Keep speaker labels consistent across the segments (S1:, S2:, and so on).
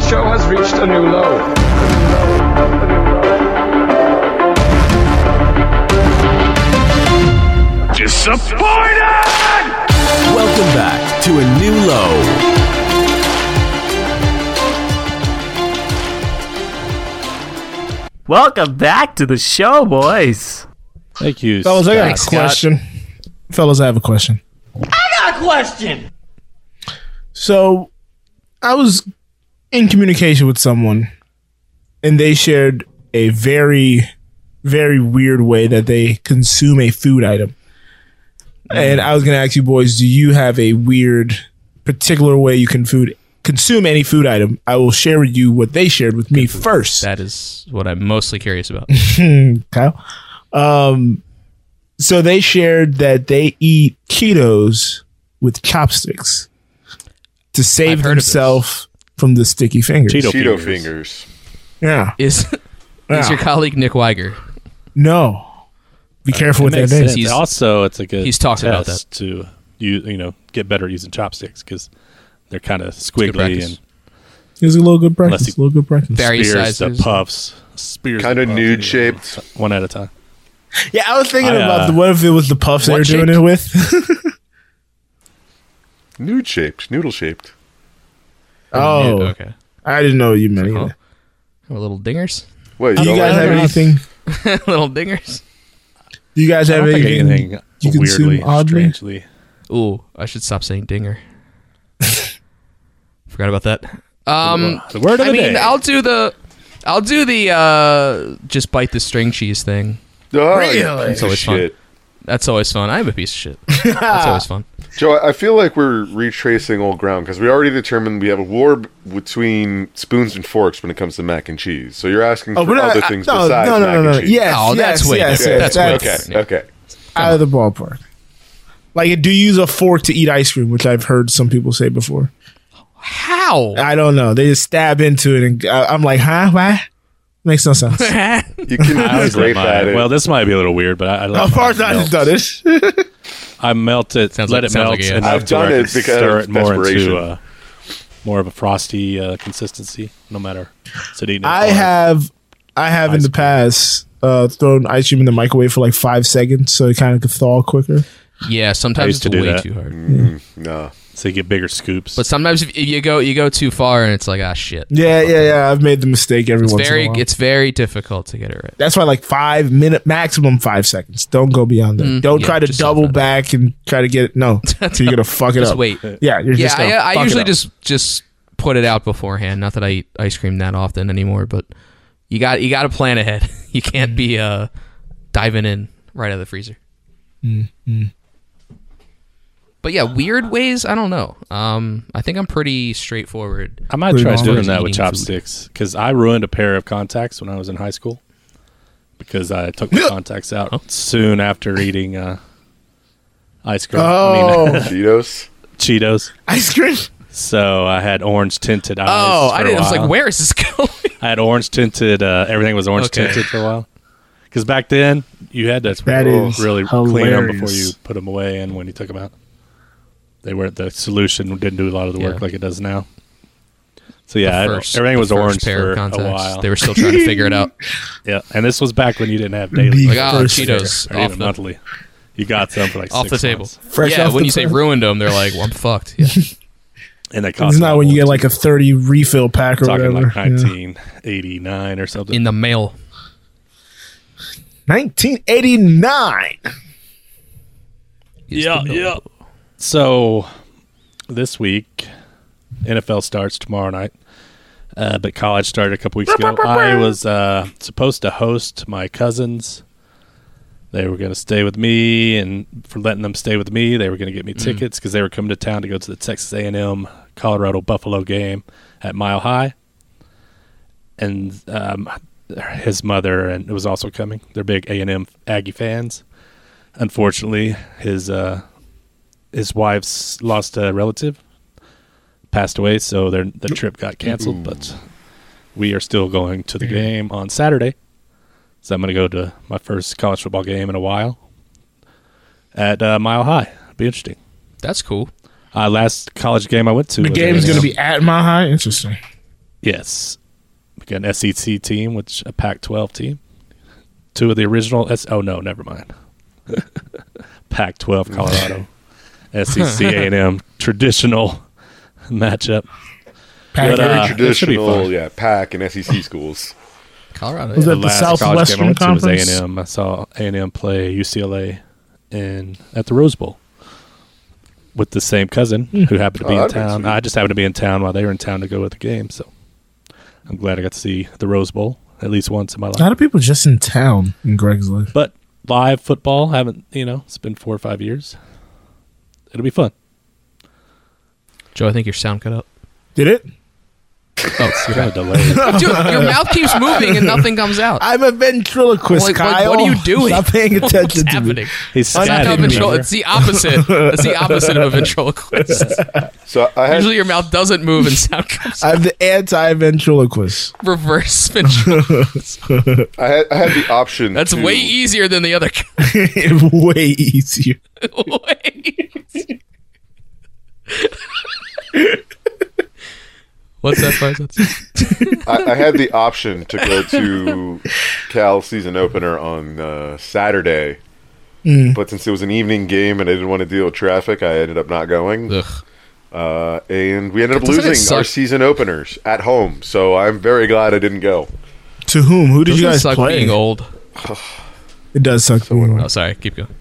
S1: show has reached a new low.
S2: Disappointed!
S3: Welcome back to a new low.
S4: Welcome back to the show, boys.
S5: Thank you.
S6: Fellas, I got
S5: Scott.
S6: a question. Fellas, I have a question. I got a question. So, I was in communication with someone, and they shared a very, very weird way that they consume a food item. And I was going to ask you boys, do you have a weird, particular way you can food consume any food item? I will share with you what they shared with me first.
S5: That is what I'm mostly curious about.
S6: Kyle. Um, so they shared that they eat ketos with chopsticks to
S5: I've
S6: save
S5: heard of this.
S6: themselves from the sticky fingers.
S3: Cheeto,
S7: Cheeto
S3: fingers.
S7: fingers.
S6: Yeah.
S5: Is
S6: Yeah.
S5: is
S3: Ah.
S5: your colleague Nick Weiger?
S6: No. Be careful with
S5: makes
S6: that name.
S5: sense. He's-
S3: also, it's a good
S5: he's talked about
S3: test to you you know get better at using chopsticks because they're kind of squiggly
S5: practice.
S3: and
S6: It's a little good practice.
S3: Unless
S6: A little good practice.
S5: Very
S3: spears the
S5: sizes.
S3: puffs. Spears the
S7: Kind of
S3: puffs,
S7: nude
S3: you
S7: shaped.
S3: know, one at a time.
S6: Yeah, I was thinking
S3: I, uh,
S6: about the, what if it was the puffs they
S5: what
S6: were doing
S5: shape?
S6: it with.
S7: Nude shaped. Noodle shaped.
S6: oh,
S5: okay.
S6: I didn't know what you meant.
S5: Cool.
S6: either.
S5: Little dingers,
S7: Wait,
S6: Do you
S7: don't
S6: guys
S7: like
S6: have
S7: that?
S6: anything?
S5: little dingers.
S6: Do you guys
S3: I
S6: have
S3: don't think
S6: anything?
S3: anything
S6: you consume
S3: weirdly,
S6: oddly?
S3: strangely.
S5: Ooh, I should stop saying dinger. Forgot about that. Um,
S3: the word of
S5: I
S3: the
S5: mean,
S3: day.
S5: I'll do the, I'll do the uh, just bite the string cheese thing.
S7: Oh, you
S6: Really?
S7: piece of
S5: always fun.
S7: shit.
S5: That's always fun. I'm a piece of shit. That's always fun.
S7: Joe, I I feel like we're retracing old ground because we already determined we have a war b- between spoons and forks when it comes to mac and cheese. So you're asking
S6: Oh,
S7: for
S6: we're not,
S7: other
S6: I-
S7: things
S6: no,
S7: besides
S6: no, no,
S7: mac
S6: no, no.
S7: and cheese.
S6: Yes,
S5: Oh, that's
S6: yes,
S5: way
S6: yes,
S5: different.
S6: yes,
S5: That's way
S6: that's
S7: okay,
S5: different. Yeah.
S7: okay.
S6: out of the ballpark. Like, do you use a fork to eat ice cream, which I've heard some people say before.
S5: How?
S6: I don't know. They just stab into it, and I, I'm like, huh? Why? Makes no sense.
S7: You can
S3: I always let
S7: grape
S3: my-
S7: at it.
S3: well, this might be a little weird, but I, I, let
S6: How
S3: mine
S6: far I
S3: melt.
S6: just done it?
S3: I melt it,
S5: Sounds
S3: let
S5: like-
S3: it
S5: sounds
S3: melt
S5: like it, yeah.
S3: enough
S7: I've
S3: to
S7: done
S3: where I
S7: it
S3: can
S7: because
S3: stir
S7: of
S3: it more
S7: desperation.
S3: into uh, more of a frosty uh, consistency. No matter is it eating it
S6: I
S3: or-
S6: have, I have in the past uh, thrown ice cream in the microwave for like five seconds, so it kind of could thaw quicker.
S5: Yeah,
S3: I
S5: sometimes
S3: used to
S5: it's
S3: do
S5: way
S3: that.
S5: too hard.
S7: no.
S3: so you get bigger scoops.
S5: But sometimes if you go you go too far and it's like ah shit.
S6: Yeah, yeah, yeah. I've made the mistake every
S5: It's
S6: once
S5: very
S6: in a while.
S5: it's very difficult to get it right.
S6: That's why like five minute maximum five seconds. Don't go beyond that. Don't
S5: Mm. yeah,
S6: try to
S5: just
S6: double
S5: stop it.
S6: back and try to get it. No, so you're gonna fuck it
S5: Just
S6: up.
S5: wait.
S6: Yeah, you're
S5: Yeah,
S6: just gonna
S5: I, I
S6: fuck it
S5: usually
S6: up.
S5: just just put it out beforehand. Not that I eat ice cream that often anymore, but you got you got to plan ahead. You can't be uh diving in right out of the freezer.
S3: Mm-hmm.
S5: But yeah, weird ways. I don't know. Um, I think I'm pretty straightforward.
S3: I might
S6: Pretty
S3: try
S6: normal.
S3: doing
S5: Just
S3: that with
S5: eating food.
S3: chopsticks because I ruined a pair of contacts when I was in high school because I took my contacts out soon after eating uh, ice cream. I mean,
S6: Oh,
S7: Cheetos?
S3: Cheetos.
S6: ice cream.
S3: So I had orange tinted eyes.
S5: Oh,
S3: for
S5: I
S3: a
S5: didn't. I was
S3: while.
S5: like, where is this going?
S3: I had orange tinted. Uh, everything was orange
S5: Okay.
S3: tinted for a while. Because back then you had to
S6: That is
S3: really clean them before
S6: hilarious.
S3: you put them away and when you took them out. They weren't the solution didn't do a lot of the work
S5: Yeah.
S3: like it does now. So yeah, I had-
S5: First-
S3: everything
S5: the
S3: was
S5: first
S3: orange for a
S5: contacts.
S3: while.
S5: They were still trying to figure it out.
S3: yeah, and this was back when you didn't have daily
S5: Like, ah,
S6: First
S5: Cheetos
S3: or even
S5: off the,
S3: monthly. You got some for like
S5: off the
S3: six
S5: table.
S3: months.
S6: Fresh
S5: yeah,
S6: off
S5: when
S6: the
S5: you say
S6: press.
S5: ruined them, they're like, well, I'm fucked. Yeah.
S3: and they cost.
S6: It's not
S3: a
S6: when you
S3: lot.
S6: get like a thirty refill pack or
S3: talking
S6: whatever.
S3: like
S6: Yeah.
S3: nineteen eighty nine or something.
S5: In the mail.
S6: 1989.
S5: Is
S3: Yeah,
S5: the mail.
S3: yeah. So this week, NFL starts tomorrow night, uh, but college started a couple weeks ago. I was uh, supposed to host my cousins. They were going to stay with me, and for letting them stay with me, they were going to get me tickets because they were coming to town to go to the Texas A&M Colorado Buffalo game at Mile High. And um, his mother and was also coming. They're big A&M Aggie fans. Unfortunately, his uh, his wife's lost a relative, passed away, so their the trip got canceled. But we are still going to the game on Saturday, so I'm going to go to my first college football game in a while at uh, Mile High. Be interesting.
S5: That's cool.
S3: Uh, last college game I went to,
S6: The
S3: was
S6: game's
S3: A&M.
S6: gonna be at my high. Interesting.
S3: Yes. We got an SEC team, which a Pac 12 team. Two of the original. S- oh, no, never mind. Pac 12, Colorado. E SEC A&M, traditional matchup.
S6: Packers.
S3: But, uh,
S7: Very
S3: it should be
S7: traditional,
S3: fun.
S7: yeah, pack and SEC schools.
S5: Colorado.
S6: Was
S5: yeah.
S6: that the Southwestern
S3: I went to was
S6: Conference?
S3: A&M. I saw A&M play UCLA in, at the Rose Bowl with the same cousin
S6: Hmm.
S3: who happened to be
S7: Oh,
S3: in
S7: that'd be
S3: town.
S7: sweet.
S3: I just happened to be in town while they were in town to go to the game, so I'm glad I got to see the Rose Bowl at least once in my
S6: a lot
S3: life.
S6: of people just in town in Greg's life.
S3: But live football, haven't you know? It's been four or five years. It'll be fun.
S5: Joe, I think your sound cut out.
S6: Did it?
S3: Oh, it's kind of delayed.
S5: Dude, your mouth keeps moving and nothing comes out.
S6: I'm a ventriloquist,
S5: Like- like,
S6: Kyle.
S5: what are you doing?
S6: Stop paying attention
S5: What's
S6: to me.
S5: happening?
S3: He's
S5: It's not
S3: scatting,
S5: how ventri-
S3: remember?
S5: It's the opposite. It's the opposite of a ventriloquist.
S7: So I had,
S5: Usually your mouth doesn't move and sound comes out.
S6: I'm the anti-ventriloquist.
S5: reverse ventriloquist.
S7: I had, I had the option.
S5: That's
S7: to-
S5: way easier than the other.
S6: Way easier.
S5: way. What's that five cents?
S7: I, I had the option to go to Cal season opener on uh, Saturday,
S6: Mm.
S7: but since it was an evening game and I didn't want to deal with traffic, I ended up not going.
S5: Ugh.
S7: Uh, and we ended up
S5: Doesn't it
S7: losing our
S5: suck?
S7: season openers at home. So I'm very glad I didn't go.
S6: To whom? Who did
S5: Doesn't
S6: you
S5: it
S6: guys
S5: suck
S6: play?
S5: being old?
S6: It does suck. Someone
S5: Oh, sorry. Keep going.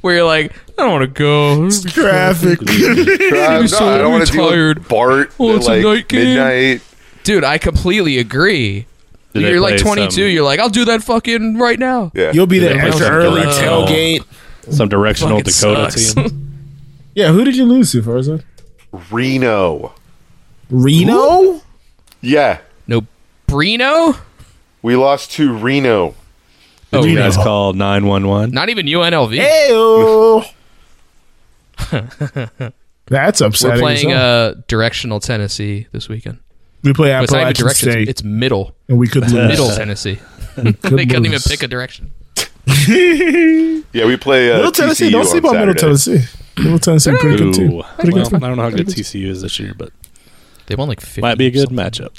S5: Where you're like, I don't want to go.
S6: Traffic.
S7: Try-
S5: was so
S7: I don't want to deal
S5: tired.
S7: with Bart
S5: Oh,
S7: at
S5: it's a
S7: like
S5: night game.
S7: midnight.
S5: Dude, I completely agree.
S3: Did they
S5: you're like
S3: play
S5: 22.
S3: some-
S5: you're like, I'll do that fucking right now.
S7: Yeah,
S6: You'll be there
S3: Yeah,
S6: extra
S5: that was
S6: early.
S5: a directional-
S6: Tailgate.
S3: Some directional
S5: Fucking
S3: Dakota
S5: sucks.
S3: team.
S6: Yeah, who did you lose to, Farza?
S7: Reno.
S6: Reno?
S7: Yeah,
S5: no, Brino.
S7: we lost to Reno.
S5: Oh,
S3: You
S5: no.
S3: guys call 911.
S5: not even UNLV.
S6: Heyo. That's
S5: We're
S6: upsetting.
S5: playing
S6: as hell.
S5: uh, directional Tennessee this weekend.
S6: we play
S5: But it's not even
S6: Appalachian
S5: direction.
S6: State,
S5: It's, it's middle.
S6: and we could lose.
S5: Middle Tennessee. they couldn't even pick a direction.
S7: Yeah, we play uh,
S6: Middle Tennessee.
S7: TCU
S6: Don't sleep on Middle
S7: Saturday.
S6: Tennessee. Middle Tennessee, pretty good
S3: Ooh.
S6: too.
S3: Well, I
S6: Pretty good.
S3: don't know how good TCU is this year, but
S5: They won like 50.
S3: might be a
S5: or
S3: good
S5: something.
S3: matchup.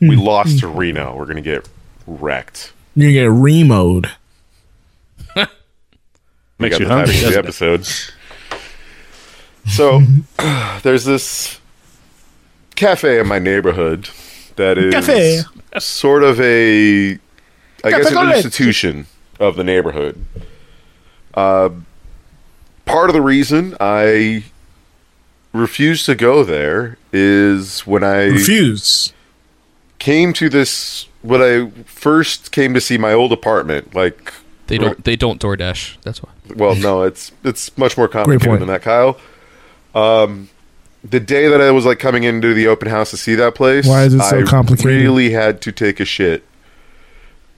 S7: We lost
S6: Mm.
S7: to Reno. We're gonna get wrecked.
S6: You're gonna get remoed.
S7: We
S3: Makes
S7: got
S3: you
S7: the title
S3: hungry,
S7: of the
S3: doesn't it?
S7: episode. So there's this cafe in my neighborhood that is
S6: Cafe.
S7: sort of a, I guess, an
S6: con leche.
S7: institution of the neighborhood. Uh, part of the reason I refuse to go there is when I
S6: Refuse.
S7: came to this when I first came to see my old apartment, like
S5: They don't. They don't DoorDash. That's why.
S7: well, no, it's it's much more complicated
S6: point.
S7: than that, Kyle. Um, the day that I was like coming into the open house to see that place,
S6: Why is it so
S7: I
S6: complicated?
S7: Really had to take a shit,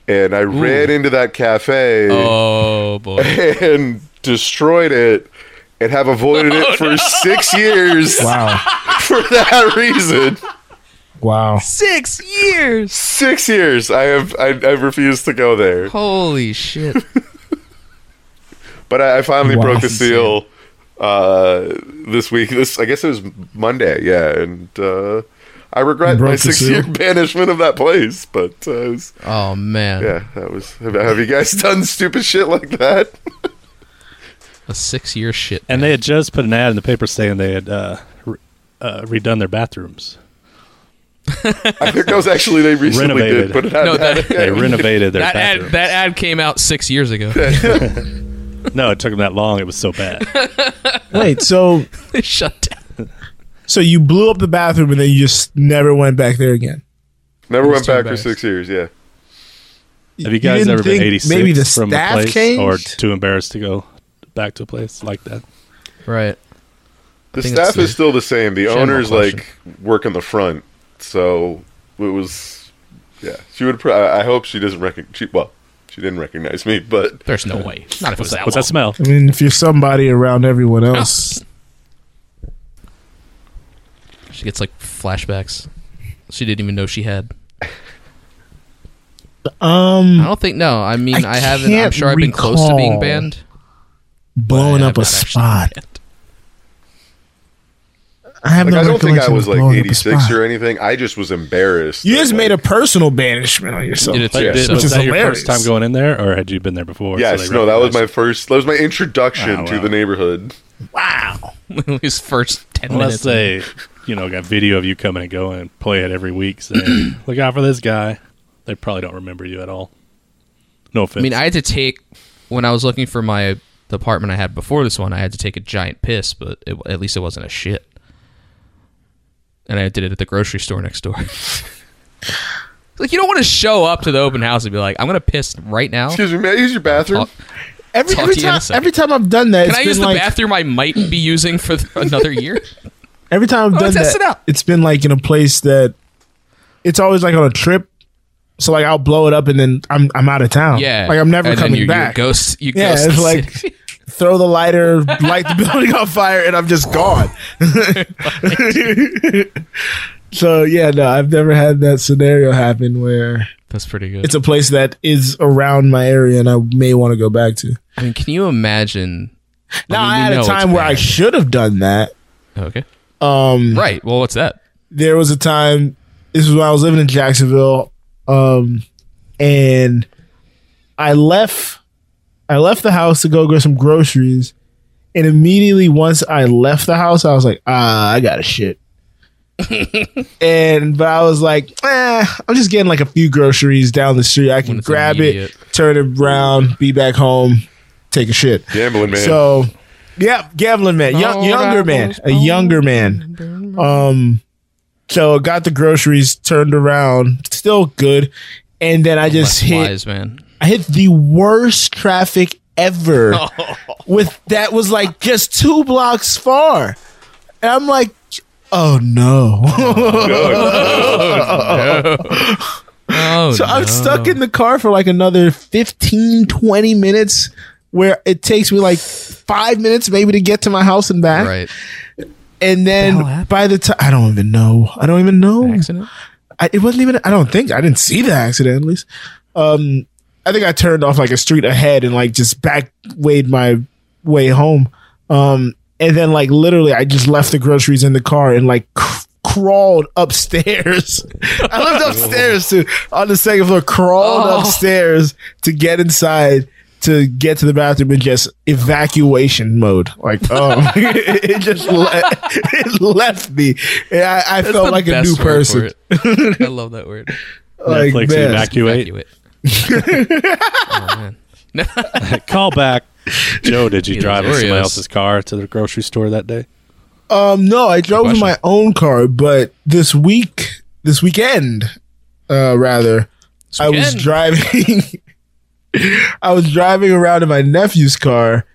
S7: and I ran into that cafe
S5: Oh boy.
S7: and destroyed it, and have avoided it for six years
S6: Wow.
S7: for that reason.
S6: Wow.
S5: Six years.
S7: Six years, I have I, I've refused to go there,
S5: Holy shit.
S7: but I, I finally
S6: Wow.
S7: broke the seal. Uh, this week, this I guess it was Monday, yeah, and uh, I regret
S6: Broke
S7: my
S6: the seal.
S7: six-year banishment of that place. But uh, it was-
S5: Oh man.
S7: yeah, that was. Have, have you guys done stupid shit like that?
S5: A six-year shit.
S3: And they had just put an ad in the paper saying they had uh, re- uh, redone their bathrooms.
S7: I think that was actually they recently
S3: Renovated.
S7: did put it out.
S5: No, that-
S3: They renovated their
S5: That ad,
S3: bathrooms.
S5: that ad came out six years ago.
S3: no, it took them that long. It was so bad.
S6: Wait. So,
S5: They shut down.
S6: so you blew up the bathroom and then you just never went back there again.
S7: Never went
S5: too
S7: back for
S5: embarrassed.
S7: six years. Yeah,
S3: Have you guys
S6: didn't
S3: ever been
S6: think
S3: 86
S6: maybe the
S3: from a
S6: staff
S3: place
S6: changed?
S3: or too embarrassed to go back to a place like that?
S5: Right.
S7: the
S5: think it's
S7: staff
S5: the
S7: is still the same. The
S5: general
S7: owners
S5: question.
S7: like work in the front, so it was. Yeah, she would. Pr- I I hope she doesn't recognize. Well, she didn't recognize me, but
S5: There's no way. Not if it was that.
S3: What's that
S5: long.
S3: smell?
S6: I mean, if you're somebody around everyone else,
S5: She gets like flashbacks. She didn't even know she had.
S6: um,
S5: I don't think. No. I mean,
S6: I
S5: I, haven't. I'm
S6: can't
S5: sure I've been close to being
S6: recall.
S5: banned.
S6: blowing
S5: Yeah,
S6: up a
S5: I'm not actually
S6: spot.
S5: banned.
S6: I have
S7: Like,
S6: no
S7: I don't think I
S6: recollection
S7: was
S6: of
S7: like
S6: blowing up a
S7: 86
S6: spot.
S7: or anything. I just was embarrassed.
S6: You
S7: that,
S6: just made a
S7: like-
S6: personal banishment on yourself.
S5: Did it
S3: But
S5: Yeah,
S3: did-
S5: so-
S3: was
S6: Which is
S3: that your
S6: hilarious.
S3: first time going in there, or had you been there before? so
S7: Yes,
S3: they
S7: no, that was my
S3: recognized
S7: first. That was my introduction
S3: Ah,
S7: to
S3: wow.
S7: the neighborhood.
S6: wow.
S5: His first ten
S3: you? Unless
S5: minutes.
S3: they, you know, got video of you coming and going and play it every week. Saying, "Look out for this guy." They probably don't remember you at all. No offense.
S5: I mean, I had to take when I was looking for my the apartment I had before this one. I had to take a giant piss, but it, at least it wasn't a shit. And I did it at the grocery store next door. like you don't want to show up to the open house and be like, "I'm gonna piss right
S6: Oh.
S5: now."
S7: Excuse me, may I use your bathroom?
S5: Talk-
S6: Every,
S5: Talk
S6: every
S5: to you in a
S6: time,
S5: second.
S6: every time I've done that,
S5: Can
S6: it's
S5: I
S6: been
S5: use the
S6: like,
S5: bathroom I might be using for th- another year?
S6: Every time I've done
S5: Oh, test
S6: that,
S5: it out.
S6: has been like in a place that it's always like on a trip. So like I'll blow it up and then I'm I'm out of town.
S5: Yeah,
S6: like I'm never
S5: And then
S6: coming
S5: you,
S6: back.
S5: You ghost, you
S6: yeah,
S5: ghost
S6: it's
S5: the
S6: like
S5: city.
S6: throw the lighter, light the building on fire, and I'm just gone. so yeah, no, I've never had that scenario happen where
S5: that's pretty good.
S6: it's a place that is around my area and I may want to go back to.
S5: I mean, can you imagine?
S6: Now
S5: mean,
S6: I,
S5: we
S6: had
S5: know
S6: a
S5: it's
S6: time where I
S5: bad.
S6: should have done that.
S5: okay,
S6: Um,
S5: right. Well, what's that?
S6: there was a time this was when I was living in Jacksonville um and I left I left the house to go get some groceries and immediately once I left the house I was like ah I got a shit and but I was like eh, I'm just getting like a few groceries down the street I
S5: When
S6: can
S5: it's
S6: grab
S5: immediate.
S6: it turn it around be back home take a shit
S7: Gambling man.
S6: so, yeah, gambling man, young, younger man, a younger man. Um, so got the groceries, turned around, still good, and then I just
S5: Less
S6: hit.
S5: wise man.
S6: I hit the worst traffic ever. With that was like just two blocks far, and I'm like, oh no.
S5: Oh,
S6: So I'm
S5: no.
S6: stuck in the car for like another 15, 20 minutes where it takes me like five minutes maybe to get to my house and back.
S5: right
S6: And
S5: hell
S6: then
S5: happened?
S6: by the time I don't even know. I don't even know.
S5: accident.
S6: I, it wasn't even. I don't think I didn't see the accident. At least, um, I think I turned off like a street ahead and like just back weighed my way home. Um, and then like literally, I just left the groceries in the car and like cr- crawled upstairs. I lived upstairs too on the second floor. Crawled
S5: Oh.
S6: upstairs to get inside. To get to the bathroom in just evacuation mode, like um, it just le- it left me. And I, I
S5: That's
S6: felt
S5: the
S6: like a
S5: best
S6: new
S5: word for
S6: person.
S5: it. I love that word.
S6: Like,
S3: Netflix
S6: man.
S3: evacuate.
S5: Evacuate. oh, man.
S3: Call back. Joe, did you
S5: Either
S3: drive in
S5: or,
S3: somebody
S5: yes.
S3: else's car to the grocery store that day?
S6: Um, no, I drove in
S5: question.
S6: my own car, but this week, this weekend, uh, rather, I was
S5: weekend?
S6: driving. I was driving around in my nephew's car,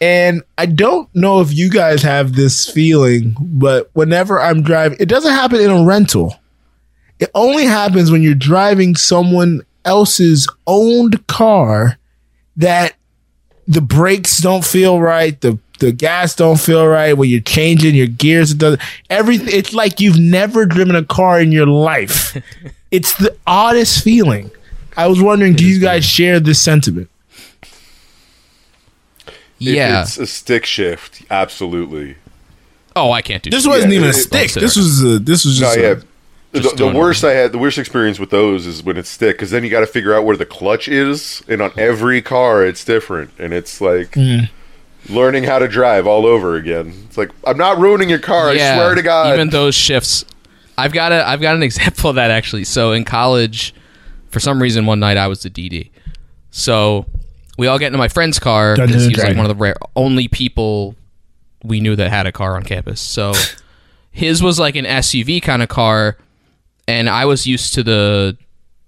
S6: and I don't know if you guys have this feeling, but whenever I'm driving, it doesn't happen in a rental. It only happens when you're driving someone else's owned car that the brakes don't feel right, the the gas don't feel right when you're changing your gears. It doesn't. Everything. It's like you've never driven a car in your life. it's the oddest feeling. I was wondering, do you guys share this sentiment?
S7: If
S5: Yeah.
S7: it's a stick shift. Absolutely.
S5: Oh, I can't do
S6: This
S5: that.
S6: wasn't
S7: Yeah,
S6: even a
S7: it-
S6: stick.
S5: it's-
S6: This was a. This was
S7: No,
S6: just.
S7: Oh, yeah.
S6: a,
S7: The,
S5: Just
S7: the
S5: doing
S7: worst I had, the worst experience with those is when it's stick, because then you got to figure out where the clutch is, and on every car it's different, and it's like
S6: Hmm.
S7: learning how to drive all over again. It's like I'm not ruining your car. I swear to God.
S5: Even those shifts, I've got a I've got an example of that actually. So in college, for some reason, one night I was the DD. So we all get into my friend's car
S6: Dungeons and
S5: because he was like
S6: Dragons.
S5: one of the rare only people we knew that had a car on campus. So his was like an SUV kind of car, and I was used to the.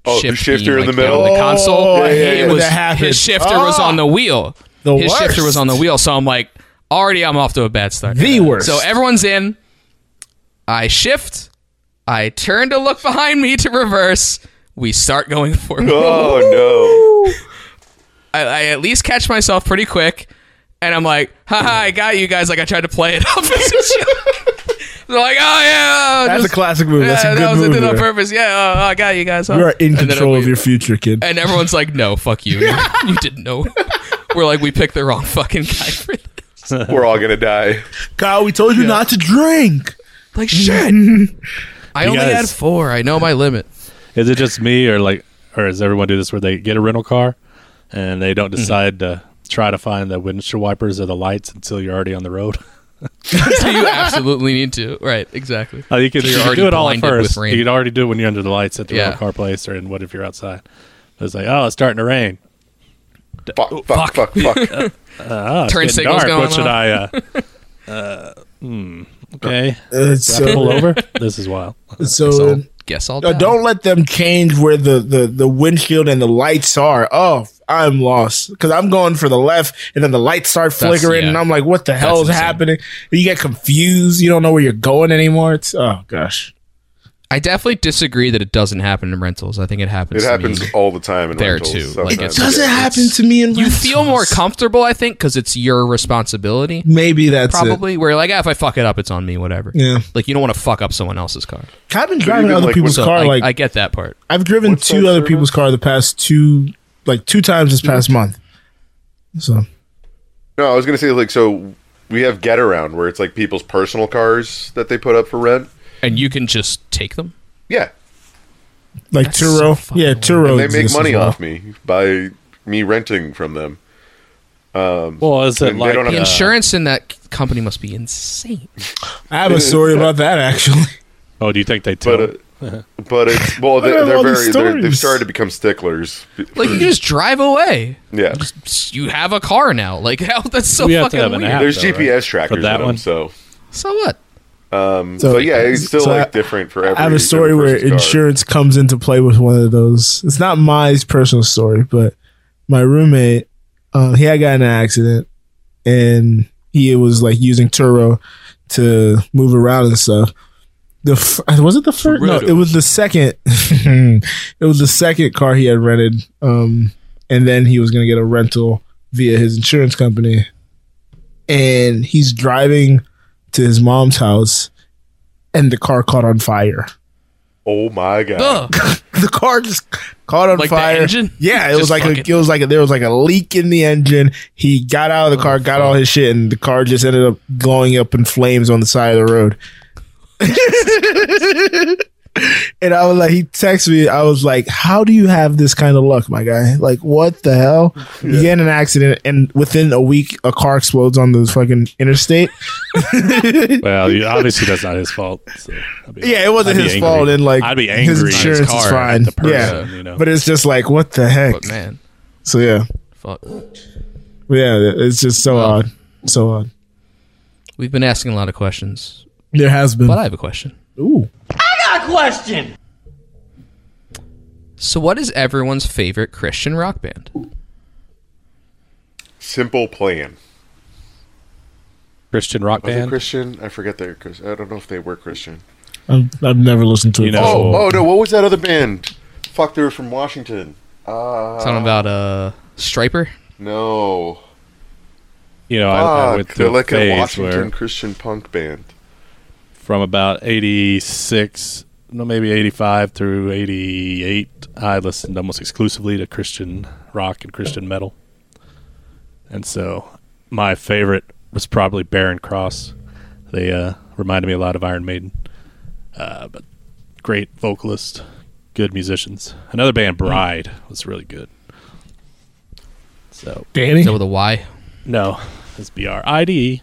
S7: Oh, the shifter in the
S5: down
S7: middle.
S5: the console.
S6: Oh, I
S5: It
S6: hate when
S5: was-
S6: that happens.
S5: His shifter was
S6: Ah.
S5: on the wheel.
S6: The
S5: his shifter was
S6: worst.
S5: on the wheel, so I'm like, already I'm off to a bad start.
S6: The worst.
S5: So everyone's in. I shift. I turn to look behind me to reverse. We start going forward.
S7: oh
S5: I, I at least catch myself pretty quick, and I'm like, haha, I got you guys. Like I tried to play it off as a joke. They're like, oh yeah,
S6: that's
S5: just-
S6: a classic move. That's
S5: yeah,
S6: a
S5: that
S6: good
S5: was
S6: move.
S5: it on
S6: there.
S5: purpose. Yeah, oh, I got you guys. Huh?
S6: You are in
S5: And then
S6: control of
S5: we-
S6: your future, kid.
S5: and everyone's like, no, fuck you. You, you didn't know. We're like, we picked the wrong fucking guy for this.
S7: no, we're all gonna die.
S6: Kyle, we told you not to drink.
S5: Like shit. I
S3: You
S5: only
S3: guys-
S5: had four. I know my limit.
S3: Is it just me, or like, or does everyone do this where they get a rental car and they
S5: Mm-hmm.
S3: don't decide to try to find the windshield wipers or the lights until you're already on the road?
S5: so you absolutely need to. Right, exactly.
S3: Uh, you can
S5: So
S3: you
S5: you're
S3: can
S5: already
S3: do it all at
S5: blinded with
S3: first.
S5: rain.
S3: You can already do it when you're under the lights at the
S5: Yeah.
S3: rental car place, or in what if you're outside? It's like, oh, it's starting to rain.
S7: Fuck, fuck, fuck, fuck.
S3: Ah, it's
S5: Turn
S3: getting
S5: signal's
S3: dark.
S5: going
S3: What should
S5: off.
S3: I? Uh, uh, hmm, okay,
S6: It's
S3: Should I pull
S6: so,
S3: over. This is wild.
S5: So
S6: so
S5: guess I'll
S6: uh,
S5: die.
S6: don't let them change where the, the, the windshield and the lights are. Oh, I'm lost because I'm going for the left, and then the lights start
S5: That's-
S6: flickering,
S5: yeah.
S6: and I'm like, "What the hell is
S5: insane.
S6: happening?" You get confused. You don't know where you're going anymore. It's oh gosh.
S5: I definitely disagree that it doesn't happen in rentals. I think it happens.
S7: It
S5: to
S7: happens
S5: me.
S7: all the time in
S5: There,
S7: rentals.
S5: too.
S7: sometimes.
S5: Like, it's-
S6: Does
S5: Does
S6: it
S5: it
S6: happen to me? In
S5: You feel more comfortable, I think, because it's your responsibility.
S6: Maybe that's probably.
S5: Probably where you're like, ah, if I fuck it up, it's on me. Whatever.
S6: Yeah.
S5: Like you don't want to fuck up someone else's car.
S6: I've been driving
S7: even,
S6: other
S7: like,
S6: people's
S7: with-
S6: car.
S5: I,
S6: like
S5: I get that part.
S6: I've driven
S7: What's
S6: two
S7: that
S6: other
S7: service?
S6: people's car the past two, like two times this past month. So
S7: No, I was gonna say like so we have get around where it's like people's personal cars that they put up for rent.
S5: And you can just take them.
S7: Yeah,
S6: like
S5: That's so
S6: Turo,
S5: fucking
S6: yeah,
S5: weird.
S6: Turo.
S7: they make
S6: exists
S7: money
S6: as well.
S7: off me by me renting from them.
S3: Well, is it
S7: Um, They
S3: like uh,
S7: don't have
S5: The
S7: Yeah.
S5: insurance in that c- company must be insane.
S6: I have a story about that actually.
S3: Oh, do you think they tell?
S7: But uh, but it's well they,
S6: I have
S7: they're
S6: all
S7: very
S6: these
S7: they're, they've
S6: stories.
S7: started to become sticklers.
S5: Like you can just drive away.
S7: Yeah,
S5: You have a car now. Like how that's so
S3: We have to
S5: Oh, fucking
S3: have an
S5: weird.
S3: app.
S7: there's
S3: though, right?
S7: GPS
S3: For
S7: trackers
S3: that
S7: in them,
S3: one?
S7: so um,
S5: So what?
S6: So
S7: but yeah, it's still
S6: so
S7: like
S6: I-
S7: different for every.
S6: I have a story
S7: every
S6: where
S7: person's car.
S6: insurance comes into play with one of those. It's not my personal story, but my roommate, um, he had got in an accident and he was like using Turo to move around and stuff. The f- uh, was it the first? No, it was the second. it was the second car he had rented, um, and then he was going to get a rental via his insurance company. And he's driving to his mom's house, and the car caught on fire
S7: Oh my god!
S5: Ugh.
S6: the car just caught on
S5: Like the
S6: fire.
S5: engine?
S6: Yeah, it
S5: Just
S6: was like a,
S5: fucking-
S6: it was like a, there was like a leak in the engine. He got out
S5: Oh,
S6: of the car, got all his shit, and the car just ended up glowing up in flames on the side of the road. and I was like, he texted me. I was like, "How do you have this kind of luck, my guy? Like, what the hell? You get in an accident, and within a week, a car explodes on the fucking interstate."
S3: Well, you- obviously that's not his fault. so I'd be-
S6: Yeah, it wasn't
S3: I'd be
S6: his
S3: angry.
S6: fault, and like
S3: I'd be
S6: his
S3: angry.
S6: insurance
S5: car
S6: is
S5: at
S6: fine.
S3: the person,
S6: yeah,
S3: you know.
S6: but it's just like what the heck.
S5: But man,
S6: So yeah,
S5: fuck.
S6: yeah, it's just so odd, so odd.
S5: We've been asking a lot of questions,
S6: There has been.
S5: but I have a question.
S6: Ooh,
S5: So, what is everyone's favorite Christian rock band?
S7: Simple plan.
S3: Christian rock
S7: Was it
S3: band.
S7: Christian? I forget they're Christian. I don't know if they were Christian.
S6: I've, I've never listened to it.
S3: You know.
S7: Oh,
S3: Oh.
S7: oh no! What was that other band? Fuck, they were from Washington. Uh,
S5: Talking about uh, Striper.
S7: no.
S3: You know, I, I
S7: Fuck,
S3: went through
S7: they're
S3: a
S7: like a
S3: phase
S7: Washington
S3: where
S7: Christian punk band.
S3: from about '86, no, maybe '85 through '88, I listened almost exclusively to Christian rock and Christian metal, and so my favorite was probably Baron Cross. They uh, reminded me a lot of Iron Maiden, uh, but great vocalist, good musicians. Another band, Bride, was really good. So
S6: Danny.
S5: Is that with a Y?
S3: No, it's B R I D E.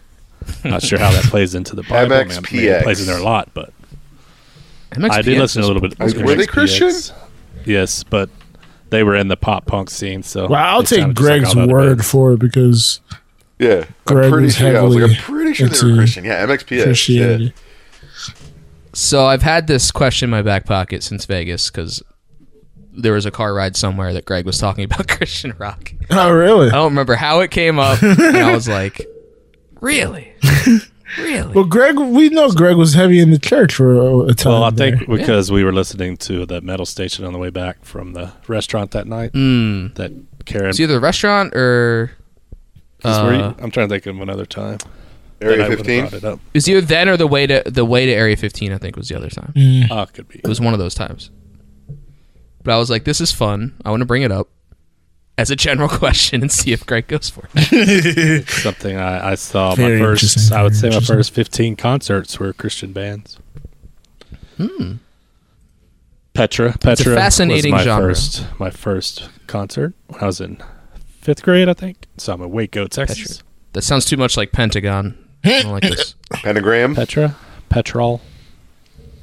S3: Not sure how that plays into the Bible. man. Maybe
S7: MXPX.
S3: It plays in there a lot, but
S5: MXPX
S3: I did listen a little bit.
S7: Were they Christian?
S3: Yes, but they were in the pop punk scene. So
S6: Well, I'll
S3: they
S6: take
S3: sounded just like
S6: Greg's
S3: all the other
S6: word
S3: bands.
S6: for it because
S7: Yeah,
S6: Greg
S7: I'm pretty
S6: was
S7: sure. Yeah, I was like,
S6: heavily
S7: I'm pretty sure they were
S6: into
S7: Christian. Yeah, MXPX.
S6: Christianity.
S7: Yeah.
S5: So, I've had this question in my back pocket since Vegas because there was a car ride somewhere that Greg was talking about Christian rock.
S6: Oh, really?
S3: Uh,
S5: I don't remember how it came up, and I was like, really? Really?
S6: Well, Greg, we know Greg was heavy in the church for a, a time.
S3: Well, I
S6: there.
S3: think because we were listening to the metal station on the way back from the restaurant that night.
S6: Hmm.
S3: Mm. That Karen.
S5: It's either a restaurant or.
S3: was where you-
S5: uh,
S3: I'm trying to think of another time. that I
S7: Area
S3: would've
S7: 15.
S3: brought it up.
S5: It was either then or the way to the way to Area 15. I think was the other time.
S3: Ah, could be.
S5: It was one of those times. But I was like, this is fun. I want to bring it up. as a general question and see if Greg goes for it.
S3: Something I, I saw
S6: Very
S3: my
S6: interesting,
S3: first, I would
S6: very
S3: say my
S6: interesting.
S3: first 15 concerts were Christian bands. Hmm. Petra, Petra was
S5: Hmm. fascinating
S3: my
S5: genre.
S3: First, my first concert when I was in fifth grade, I think. So I'm in Waco, Texas.
S5: That sounds too much like Pentagon. I don't like this.
S7: Pentagram.
S3: Petra, Petrol,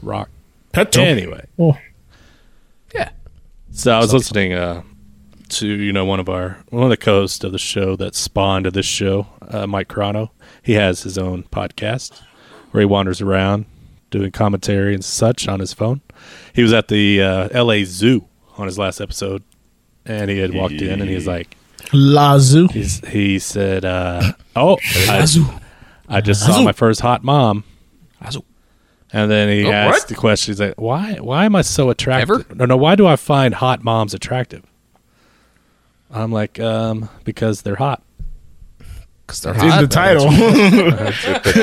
S3: rock.
S6: Petrol.
S3: Anyway,
S6: Oh.
S5: Yeah.
S3: so I was listening uh, to you know one of our one of the co-hosts of the show that spawned of this show, uh, Mike Crono. He has his own podcast where he wanders around doing commentary and such on his phone. He was at the uh, L.A. Zoo on his last episode, and he had walked in and he's like,
S6: Lazoo.
S3: he's, he said, uh, "Oh, I,
S5: Azu.
S3: I just saw my first hot mom."
S5: Azu.
S3: And then he
S5: Oh,
S3: asked
S5: what?
S3: the question, he's like, why, why am I so attractive?
S5: Ever?
S3: No, no, why do I find hot moms attractive? I'm like, um, because they're hot.
S5: Because they're
S6: In
S5: hot.
S6: the title.
S7: They're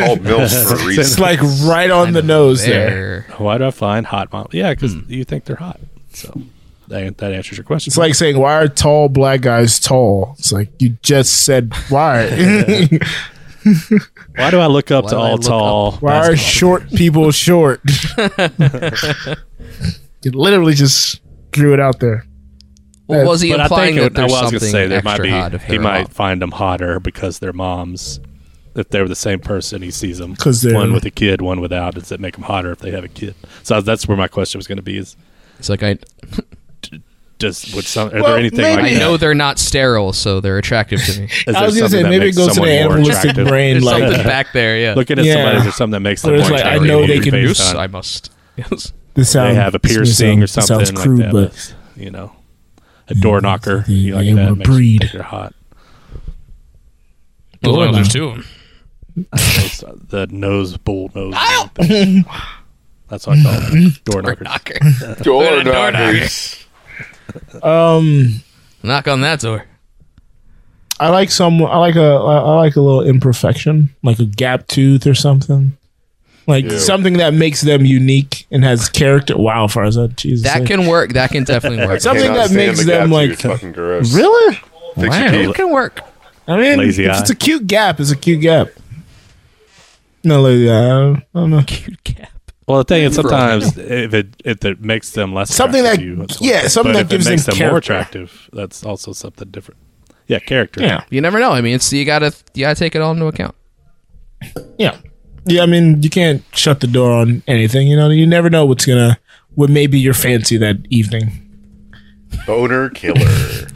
S7: called MILFs for a
S6: it's
S7: reason.
S6: like right on the nose there.
S5: There.
S3: Why do I find hot moms? Yeah, because
S5: Hmm.
S3: you think they're hot. So that, that answers your question.
S6: It's like saying, why are tall black guys tall? It's like, you just said, why?
S3: why do I look up
S5: Why
S3: to
S5: do I
S3: all
S5: look
S3: tall?
S6: why are
S3: basketball-
S6: short people short? you literally just threw it out there.
S5: Well, was he
S3: But I
S5: implying
S3: think it
S5: that
S3: would, I was going
S5: there's
S3: to
S5: something
S3: say there might
S5: extra
S3: be,
S5: hot if
S3: he
S5: they're
S3: might
S5: hot?
S3: find them hotter because their moms, if they were the same person, he sees them.
S6: 'Cause they're-
S3: one with a kid, one without. Does it make them hotter if they have a kid? So that's where my question was going to be is,
S5: It's like I,
S3: does would some are
S6: Well,
S3: there anything
S6: maybe-
S3: like
S5: I
S3: that?
S5: know they're not sterile, so they're attractive to me.
S3: Is
S6: I
S3: there
S6: was gonna
S3: something
S6: say
S3: that
S6: maybe it
S3: makes
S6: goes to
S3: someone
S6: the
S3: more
S6: animalistic
S3: attractive?
S6: brain,
S5: There's something
S6: like
S5: back there, yeah.
S3: Looking at
S6: Yeah.
S3: somebody, is there something that makes them
S6: Or
S3: more
S6: it's like, I
S3: attractive?
S6: know
S3: to
S6: they
S3: you
S6: can-
S3: based
S5: Yes,
S3: on-
S5: I must. Yes.
S6: the sound.
S3: they have a
S6: this may
S3: piercing or
S6: sound-
S3: something
S6: Sounds crude,
S3: like that.
S6: but
S3: But, you know, a door knocker.
S6: they-
S3: you like
S6: they
S3: that
S6: were
S3: makes
S6: breed.
S3: think they're hot.
S5: Well, there's two of them.
S3: It's uh, the nose bull nose. thing. That's what I call them. door knockers.
S5: Knocker.
S7: Door
S5: Door
S7: knockers.
S6: um,
S5: Knock on that door.
S6: I like some. I like a. I I like a little imperfection, like a gap tooth or something, like
S7: Ew.
S6: something that makes them unique and has character. Wow, Farzad, Jesus,
S5: That can work. That can definitely work.
S6: Something that
S7: Cannot stand
S6: makes
S7: the
S6: them,
S7: gap
S6: like-
S7: tooth. fucking gross.
S6: really.
S7: Fix your
S5: Wow.
S7: teeth.
S5: It can work.
S6: I mean,
S3: Lazy
S6: if
S3: eye.
S6: it's a cute gap. It's a cute gap. No, lazy eye. I don't- I don't know.
S5: Cute cap.
S3: Well, the thing is, sometimes if it if it makes them less
S6: Something
S3: attractive
S6: that-
S3: to you, that's
S6: yeah,
S3: one thing.
S6: something
S3: But
S6: that
S3: if
S6: gives
S3: it
S6: them
S3: makes them, more
S6: character.
S3: attractive. That's also something different. Yeah, character.
S6: Yeah,
S5: You never know. I mean, it's you gotta you gotta take it all into account.
S6: yeah, yeah. I mean, you can't shut the door on anything. You know, you never know what's gonna what may be your fancy that evening.
S7: Boner killer.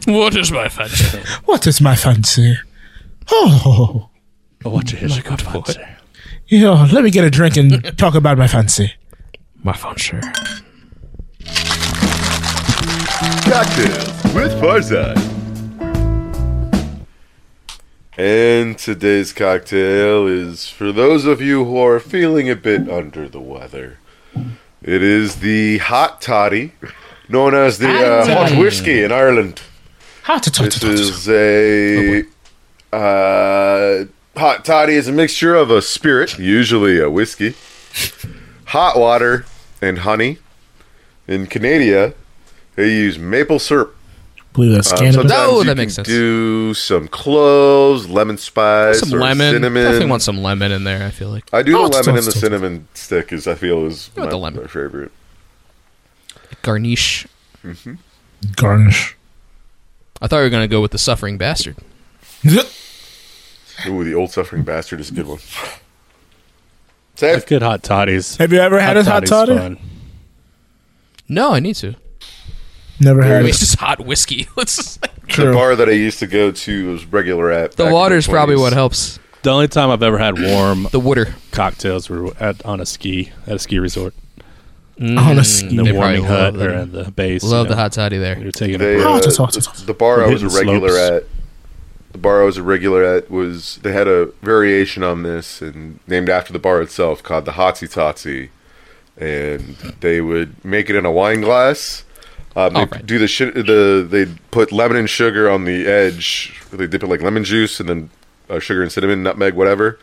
S5: What is my fancy?
S6: What is my fancy? Oh.
S3: Oh, what you hit your good boy.
S6: Yeah, let me get a drink and talk about my fancy.
S5: My phone, sure.
S7: Cocktails with Farzad. And today's cocktail is for those of you who are feeling a bit under the weather. It is the hot toddy, known as the uh, hot whiskey in Ireland.
S6: Hot to talk
S7: This is a uh, hot toddy is a mixture of a spirit, usually a whiskey, hot water, and honey. In Canada, they use maple syrup.
S6: Believe that's
S7: Um, sometimes
S6: Canada.
S5: Oh,
S7: you
S5: that
S7: can
S5: makes sense.
S7: Do some cloves, lemon spice,
S5: Some
S7: or
S5: lemon.
S7: cinnamon.
S5: Definitely want some lemon in there. I feel like
S7: I do
S6: Oh,
S7: the
S6: it's
S7: lemon and
S6: toast,
S7: the
S6: toast.
S7: cinnamon stick is I feel is
S5: Go with
S7: my,
S5: Oh, the lemon.
S7: my favorite.
S5: garnish.
S6: Garnish.
S5: I thought we were gonna go with the suffering bastard.
S7: Ooh, the old suffering bastard is a good one. Safe.
S3: Good hot toddies.
S6: Have you ever had a hot
S3: toddy's
S6: toddy?
S3: fun.
S5: No, I need to.
S6: Never
S5: I
S6: had
S5: mean,
S6: it.
S5: it's just hot whiskey. Let's just,
S7: The bar that I used to go to was regular at.
S5: the
S7: back in
S5: water's probably
S7: 20s.
S5: what helps.
S3: The only time I've ever had warm
S5: The water.
S3: cocktails were at, on a ski at a ski resort
S6: On a
S3: in
S6: ski.
S3: the
S5: They
S3: warming
S5: probably love
S3: hut or
S5: that.
S3: in the base.
S5: Mm-hmm. Love
S3: you
S5: the
S3: know.
S5: hot toddy there.
S3: You're taking
S7: They,
S3: a
S7: uh,
S6: Hot sauce, Oh, hot sauce.
S7: the bar I was a
S3: Hidden
S7: regular
S3: slopes.
S7: at. The bar I was a regular at was they had a variation on this and named after the bar itself called the Hotsy Totsy, and they would make it in a wine glass. Um, they
S5: Alright.
S7: do the shit. The they put lemon and sugar on the edge. They dip it like lemon juice and then uh, sugar and cinnamon, nutmeg, whatever.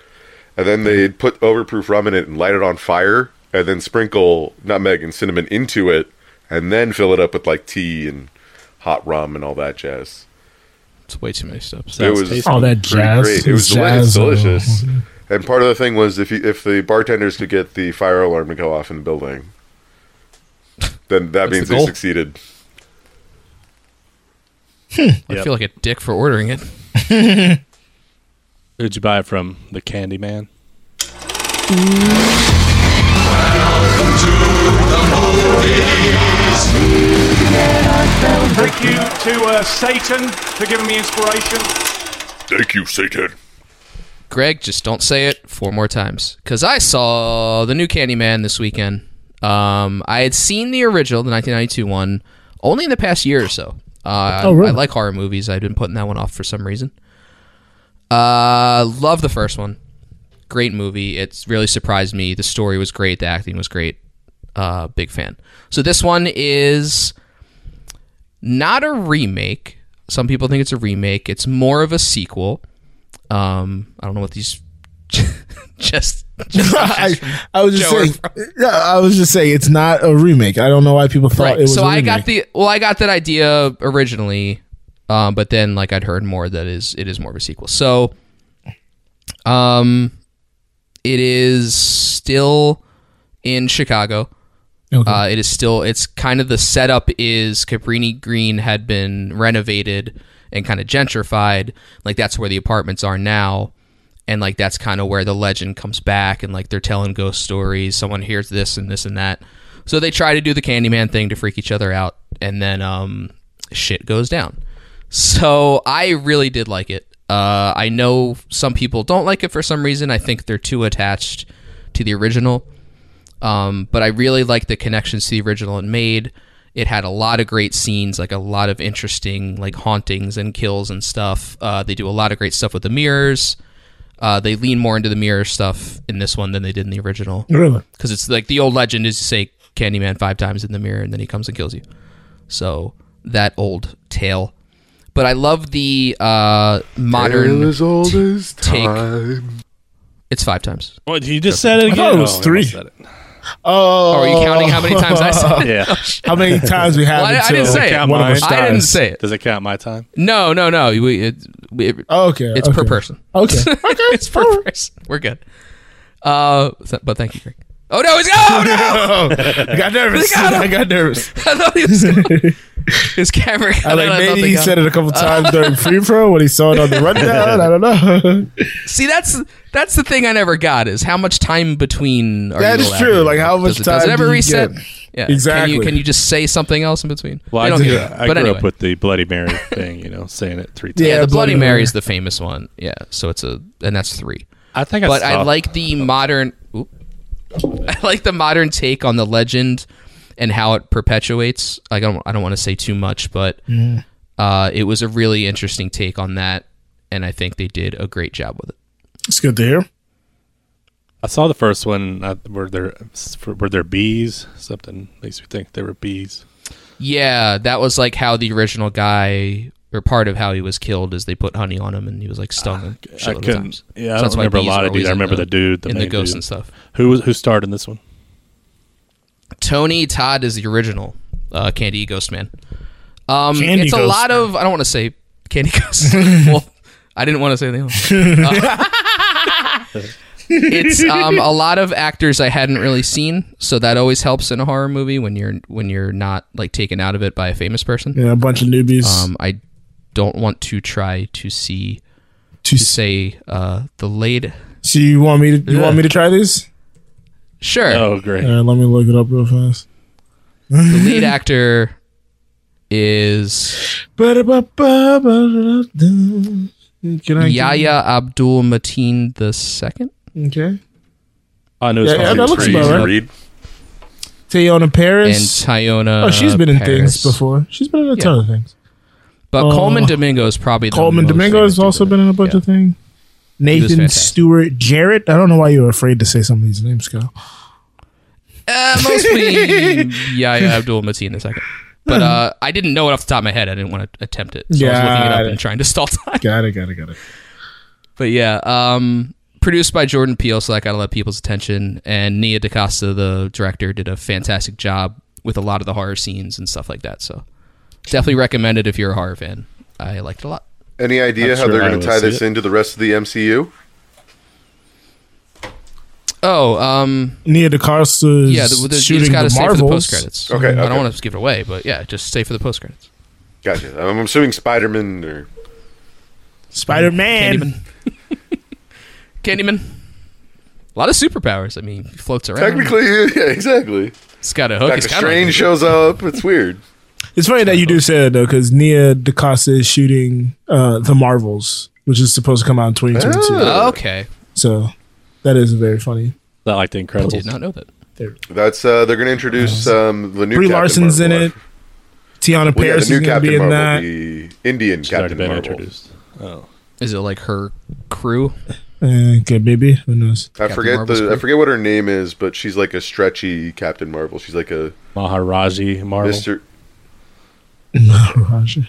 S7: And then they'd put overproof rum in it and light it on fire, and then sprinkle nutmeg and cinnamon into it, and then fill it up with like tea and hot rum and all that jazz.
S5: It's way too many steps.
S3: Sounds
S7: it was
S3: tasty.
S6: All Oh, that
S7: pretty
S6: jazz.
S7: great. It was deli-
S6: jazz
S7: it's delicious. And part of the thing was if you, if the bartenders could get the fire alarm to go off in the building, then that means
S5: the
S7: they
S5: goal.
S7: succeeded.
S5: I
S3: Yep.
S5: feel like a dick for ordering it.
S3: Who'd you buy it from? The Candy Man.
S2: Thank you to uh, Satan for giving me inspiration.
S7: Thank you, Satan.
S5: Greg, just don't say it four more times. Because I saw the new Candyman this weekend. Um, I had seen the original, the 1992 one, only in the past year or so. Uh,
S6: Oh, really?
S5: I like horror movies. I've been putting that one off for some reason. Uh, love the first one. Great movie. It's really surprised me. The story was great. The acting was great. Uh, big fan. So this one is not a remake. Some people think it's a remake. It's more of a sequel. Um, I don't know what these just, just
S6: I, I was just
S5: Joe,
S6: saying. Yeah, I was just saying it's not a remake. I don't know why people thought it was.
S5: so
S6: a
S5: I
S6: remake.
S5: got the well, I got that idea originally, um, but then like I'd heard more that is it is more of a sequel. So, um, it is still in Chicago.
S6: Okay.
S5: Uh, it is still it's kind of the setup is Cabrini Green had been renovated and kind of gentrified. Like that's where the apartments are now. And like that's kind of where the legend comes back and like they're telling ghost stories. Someone hears this and this and that. So they try to do the Candyman thing to freak each other out and then um shit goes down. So I really did like it. Uh, I know some people don't like it for some reason. I think they're too attached to the original um, but I really liked the connections to the original it made. It had a lot of great scenes, like a lot of interesting like hauntings and kills and stuff. Uh, they do a lot of great stuff with the mirrors. Uh, they lean more into the mirror stuff in this one than they did in the original
S6: really.
S5: because it's like the old legend is to say Candyman five times in the mirror and then he comes and kills you. So that old tale. But I love the uh, modern.
S7: Tale as old as
S5: take.
S7: time.
S5: It's five times.
S3: What you just said it again?
S6: thought it was
S3: I almost
S6: three.
S3: said it.
S6: Oh,
S5: Oh, are you counting how many times I said it?
S3: Yeah.
S6: How many times we have
S5: Well,
S6: until
S5: I- I didn't say it.
S3: Count
S6: one of
S3: mine.
S6: us
S5: I didn't
S6: dies?
S5: say it.
S3: Does it count my time?
S5: No, no, no. We, it, we,
S6: Oh, okay.
S5: It's per
S6: okay.
S5: person.
S6: Okay.
S5: it's per person. We're good. Uh, th- but thank you, Greg. Oh no! It's oh no!
S6: I got nervous.
S5: They got him.
S6: I got nervous.
S5: I thought he was gonna- his camera.
S6: I like maybe he said
S5: it.
S6: it a couple times during free pro when he saw it on the rundown. I don't know.
S5: See, that's that's the thing I never got is how much time between. Are
S6: That
S5: you
S6: is
S5: allowed?
S6: true. Like how much
S5: does it,
S6: time
S5: Does it ever
S6: do you
S5: reset?
S6: get?
S5: Yeah. Can
S6: Exactly.
S5: you, can you just say something else in between?
S3: Well,
S5: They
S3: I,
S5: don't
S3: did,
S5: do that.
S3: I
S5: but
S3: grew
S5: anyway.
S3: up with the Bloody Mary thing, you know, saying it three times.
S5: yeah,
S6: Yeah,
S5: the Bloody,
S6: Bloody
S5: Mary,
S6: Mary.
S5: is the famous one. Yeah. So it's a and that's three.
S3: I think I
S5: but I
S3: saw-
S5: like the modern. oop. I like the modern take on the legend and how it perpetuates. Like, I don't, I don't want to say too much, but uh, it was a really interesting take on that, and I think they did a great job with it.
S6: It's good to hear.
S3: I saw the first one. Uh, were there were there bees? Something makes me think there were bees.
S5: Yeah, that was like how the original guy, or part of how he was killed, is they put honey on him and he was like stung. a shitload
S3: Ah, I
S5: of
S3: couldn't-
S5: times.
S3: yeah, I
S5: that's
S3: don't
S5: why
S3: remember a
S5: bees
S3: lot
S5: are
S3: of these. I
S5: always in
S3: remember the dude, the
S5: in the
S3: main
S5: ghost
S3: dude.
S5: and stuff.
S3: Who was who starred in this one?
S5: Tony Todd is the original uh, Candy Ghost Man. Um,
S6: Candy
S5: it's a
S6: Ghost
S5: lot of I don't want to say Candy Ghost. well, I didn't want to say anything. Else. Uh, it's um, a lot of actors I hadn't really seen, so that always helps in a horror movie when you're when you're not like taken out of it by a famous person.
S6: Yeah, a bunch of newbies.
S5: Um, I don't want to try to see
S6: to
S5: to say uh, the late.
S6: So you want me to you want me to try this?
S5: Sure,
S3: Oh, great!
S6: All right, let me look it up real fast.
S5: the lead actor is
S6: Ba-da-ba-ba-ba-da-da. Can I?
S5: Yahya Abdul Mateen the second.
S6: Okay.
S3: I knew it was
S6: Yeah, yeah,
S3: called
S6: that
S3: Bees.
S6: looks
S7: Pretty
S6: about
S7: easy
S6: right.
S7: to read.
S6: Tayona
S5: and
S6: Paris.
S5: Tyona.
S6: oh, she's been in
S5: Paris.
S6: things before. She's been in a ton of things.
S5: But
S6: Oh.
S5: Coleman Domingo is probably the
S6: Coleman
S5: most
S6: Domingo has
S5: famous
S6: also
S5: dude
S6: been in a bunch
S5: Yeah.
S6: of things.
S5: was
S6: Nathan
S5: fantastic.
S6: Stewart Jarrett. I don't know why you were afraid to say some of these names, Kyle.
S5: Uh, mostly Yahya Abdul Mateen the second. But uh, I didn't know it off the top of my head. I didn't want to attempt it. So I was looking it
S6: Got
S5: up
S6: it.
S5: and trying to stall time.
S6: Got it. Got it. Got it.
S5: But yeah, um, produced by Jordan Peele, so that got a lot of people's attention. And Nia DaCosta, the director, did a fantastic job with a lot of the horror scenes and stuff like that. So definitely recommend it if you're a horror fan. I liked it a lot.
S7: Any idea
S3: I'm
S7: how
S3: sure
S7: they're
S3: I
S7: going
S3: will
S7: to tie
S3: see
S7: this
S3: it.
S7: into the rest of the MCU?
S5: Oh, um,
S6: Nia DaCosta
S5: yeah, the, the, you
S6: shooting
S5: just got to
S6: the
S5: stay for the
S6: Marvels.
S5: post credits.
S7: Okay,
S5: I
S7: okay.
S5: don't want to give it away, but yeah, just stay for the post credits.
S7: Gotcha. I'm assuming Spider-Man or
S6: Spider
S5: Candyman.
S6: Man.
S5: Candyman. A lot of superpowers. I mean, he floats around.
S7: technically, yeah, exactly.
S5: it's got a hook.
S7: Doctor
S5: It's kind of
S7: Strange
S5: like,
S7: shows up. It's weird.
S6: It's funny that you do say that though, because Nia DaCosta is shooting uh, the Marvels, which is supposed to come out in 2022.
S7: Oh.
S5: okay,
S6: So that is very funny.
S3: that like the
S5: I did
S3: Incredibles.
S5: not know that.
S7: That's uh, they're going to introduce um, the new
S6: Brie
S7: Captain
S6: Larson's
S7: Marvel.
S6: in it. Tiana
S7: Well, yeah,
S6: Paris
S7: the
S6: is going
S7: new
S6: to
S7: Captain
S6: be in
S7: Marvel,
S6: that.
S7: the Indian
S3: It's already
S7: Captain
S3: been
S7: Marvel.
S3: introduced. Oh,
S5: Is it like her crew?
S6: Uh, okay, maybe who knows?
S7: I
S5: Captain
S7: forget
S5: Marvel's
S7: the I
S5: crew.
S7: forget what her name is, but she's like a stretchy Captain Marvel. She's like a
S3: Maharaji Marvel.
S7: Mister.
S6: Maharaja.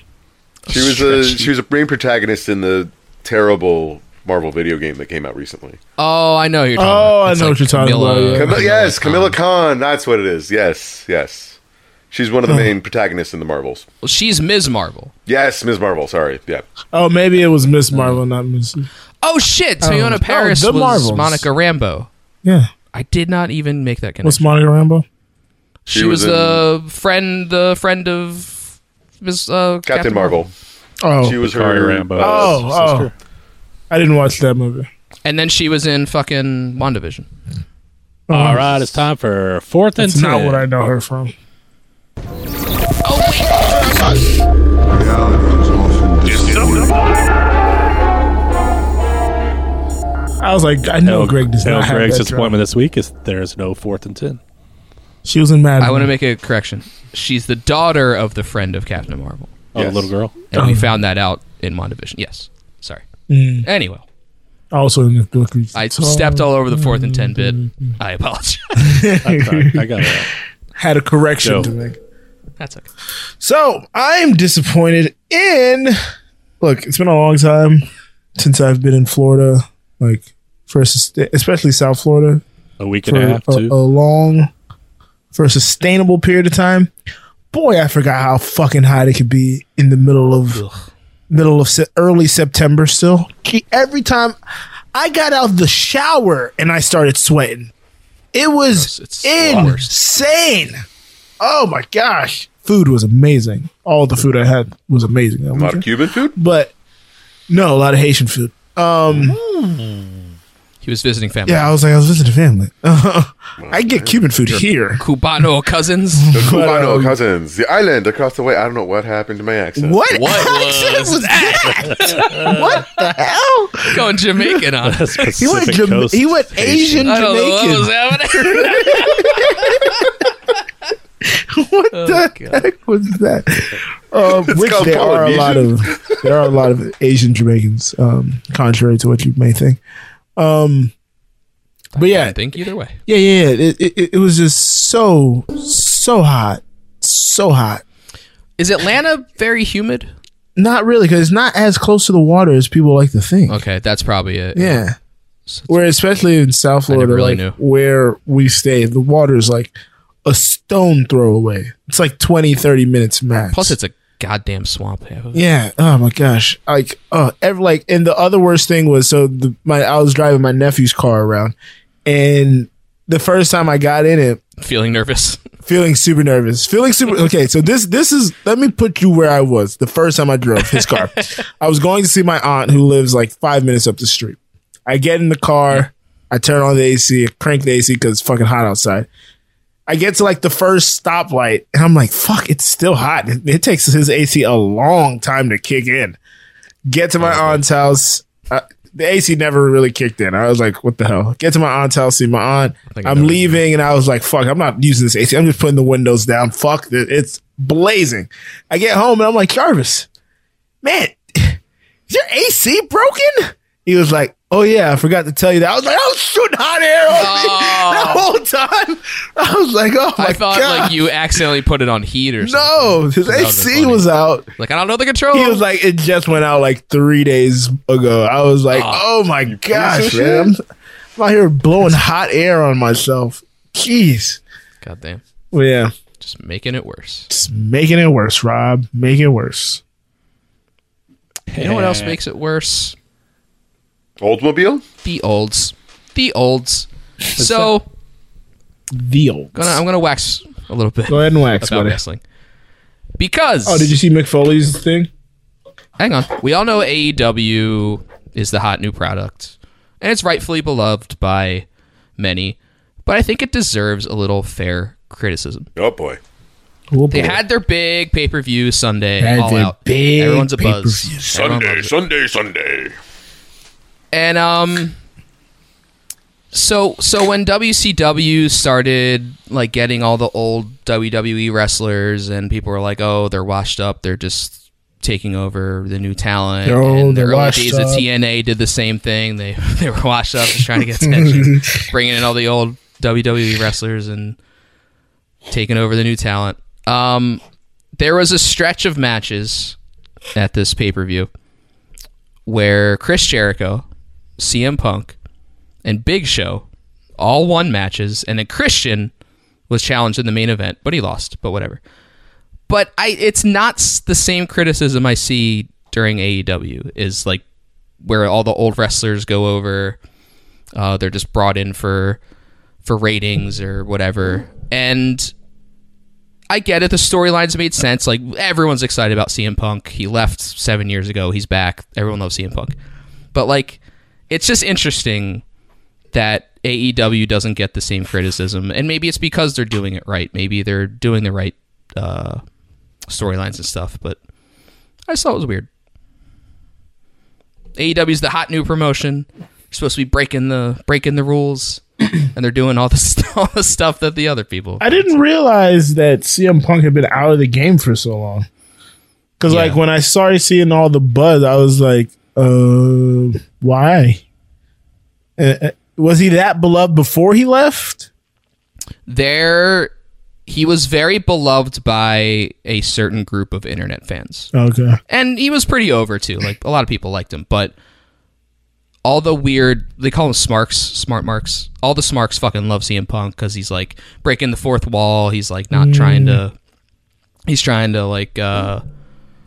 S7: She was a she was a main protagonist in the terrible Marvel video game that came out recently.
S5: Oh, I know who you're talking
S6: Oh,
S5: about.
S6: I know what you're talking about, yeah.
S7: Cam-
S5: Camilla
S7: yes, Camilla
S5: Khan.
S7: Khan. That's what it is. Yes, yes. She's one of the main protagonists in the Marvels.
S5: Well, she's Ms. Marvel.
S7: Yes, Ms. Marvel. Sorry. Yeah.
S6: Oh, maybe it was Miss Marvel, not Miss.
S5: Oh shit! Toyota
S6: no,
S5: Paris
S6: the
S5: was
S6: Marvels.
S5: Monica Rambo.
S6: Yeah,
S5: I did not even make that connection.
S6: what's Monica Rambo?
S5: she,
S7: She
S5: was,
S7: was
S5: the friend, the friend of Ms. Uh,
S7: Captain, Marvel.
S6: Oh,
S7: She was
S3: Kari
S7: her
S3: Rambo.
S7: uh,
S6: oh, oh. I didn't watch that movie.
S5: and then she was in fucking WandaVision.
S3: All right, it's time for fourth and
S6: It's
S3: ten.
S6: Uh-huh. not what I know her from. I was like, I know
S3: Hell-
S6: Greg does
S3: Hell
S6: not have
S3: Greg's
S6: that
S3: disappointment
S6: drama.
S3: this week is there is no fourth and ten.
S6: She was in Mad.
S5: I want to
S6: Men.
S5: make a correction. She's the daughter of the friend of Captain Marvel,
S3: Oh,
S7: Yes.
S3: the little girl.
S5: and we found that out in WandaVision. Yes, sorry.
S6: Mm.
S5: Anyway,
S6: also in the book.
S5: I stepped all over the fourth and ten bit.
S6: Mm-hmm.
S5: I apologize.
S3: I'm sorry. I got it.
S6: had a correction
S3: Yo.
S6: to make.
S5: That's okay.
S6: So I'm disappointed in. Look, it's been a long time since I've been in Florida, like first, sus- especially South Florida,
S3: A week and
S6: for uh,
S3: a half,
S6: a,
S3: too.
S6: a long, for a sustainable period of time. Boy, I forgot how fucking hot it could be in the middle of middle of se- early September. Still, Ke- every time I got out of the shower and I started sweating, it was
S5: Gross. It's the worst.
S6: insane. Oh my gosh, food was amazing. All the food I had was amazing. that
S7: a lot of
S6: weekend.
S7: Cuban food.
S6: But no, a lot of Haitian food. Um,
S5: He was visiting family.
S6: yeah, I was like, I was visiting family. I get Cuban food here.
S5: Cubano cousins.
S7: The Cubano
S6: um,
S7: cousins. The island across the way. I don't know what happened to my accent.
S6: What?
S5: What
S6: accent
S5: was
S6: was that? what the hell?
S5: Going Jamaican on. us.
S6: He went,
S3: Pacific
S6: Jama-
S3: Coast
S6: he went Asian
S5: I don't know what was
S6: Jamaican.
S5: happening.
S6: What
S5: Oh,
S6: the heck was that? Um, which
S7: called
S6: there are a lot of there are a lot of Asian Jamaicans, um, contrary to what you may think. Um, but yeah,
S5: I think either way.
S6: yeah, yeah. yeah. It, it, it was just so so hot, so hot.
S5: Is Atlanta very humid?
S6: Not really, because it's not as close to the water as people like to think.
S5: Okay, that's probably it.
S6: Yeah. Where especially in South
S5: never
S6: Florida,
S5: really
S6: like
S5: knew.
S6: where we stay, the water is like a stone throw away. It's like 20, 30 minutes max.
S5: Plus, it's a goddamn swamp. Yeah.
S6: yeah. Oh my gosh. Like, uh, every, like, and the other worst thing was so the, my I was driving my nephew's car around, and the first time I got in it,
S5: Feeling nervous.
S6: feeling super nervous, feeling super. Okay, so this this is let me put you where I was the first time I drove his car. I was going to see my aunt who lives like five minutes up the street. I get in the car, I turn on the AC, crank the AC because it's fucking hot outside. I get to like the first stoplight and I'm like, fuck, it's still hot. It, it takes his AC a long time to kick in. Get to my aunt's house. Uh, the AC never really kicked in. I was like, what the hell? Get to my aunt's house, see my aunt.
S5: think I know
S6: I'm
S5: what you
S6: leaving and I was like, fuck, I'm not using this AC. I'm just putting the windows down. Fuck, th- it's blazing. I get home and I'm like, Jarvis, man, is your AC broken? He was like, oh yeah, I forgot to tell you that. I was like, I was shooting hot air on me the whole time. I was like, oh my
S5: I thought
S6: God.
S5: like you accidentally put it on heat or something.
S6: No, his
S5: would've been
S6: AC
S5: funny.
S6: was out.
S5: Like I don't know the control.
S6: He was like, it just went out like three days ago. I was like, oh my gosh,
S7: piece of
S6: man. I'm, I'm out here blowing hot air on myself. Jeez.
S5: goddamn,
S6: Well, yeah,
S5: just making it worse.
S6: just making it worse, Rob. Make it worse.
S5: You know what else makes it worse?
S7: Oldsmobile?
S5: The olds. The olds. So
S6: The old.
S5: gonna, I'm gonna wax a little bit
S6: Go ahead and wax,
S5: about
S6: buddy.
S5: wrestling. Because
S6: Oh, did you see McFoley's thing?
S5: hang on. We all know AEW is the hot new product, and it's rightfully beloved by many, but I think it deserves a little fair criticism.
S7: Oh boy.
S5: They had their big pay per view Sunday,
S6: Had
S5: all
S6: their
S5: out.
S6: big
S5: Everyone's a buzz.
S6: pay-per-view.
S5: Everyone
S7: Sunday, Sunday, Sunday.
S5: And um so so when WCW started like getting all the old WWE wrestlers and people were like, "Oh, they're washed up. They're just taking over the new talent."
S6: They're
S5: and
S6: old,
S5: the
S6: they're
S5: early
S6: washed
S5: days
S6: up.
S5: at TNA did the same thing. They they were washed up just trying to get attention, bringing in all the old WWE wrestlers and taking over the new talent. Um there was a stretch of matches at this pay-per-view where Chris Jericho, CM Punk, and Big Show all won matches, and then Christian was challenged in the main event, but he lost. But whatever. But I, it's not s- the same criticism I see during AEW. Is like where all the old wrestlers go over. Uh, they're just brought in for for ratings or whatever, and I get it. The storylines made sense. Like everyone's excited about CM Punk. He left seven years ago. He's back. Everyone loves CM Punk. But like, it's just interesting that AEW doesn't get the same criticism, and maybe it's because they're doing it right. Maybe they're doing the right uh, storylines and stuff. But I just thought it was weird. AEW's the hot new promotion. They're supposed to be breaking the breaking the rules, and they're doing all this all the stuff that the other people.
S6: I didn't realize that CM Punk had been out of the game for so long. Because
S5: Yeah.
S6: like when I started seeing all the buzz, I was like, uh, why? Uh, uh, was he that beloved before he left?
S5: there he was very beloved by a certain group of internet fans
S6: Okay.
S5: and he was pretty over too like a lot of people liked him but all the weird they call him smarks smart marks all the smarks fucking love CM Punk cuz he's like breaking the fourth wall he's like not trying to he's trying to like uh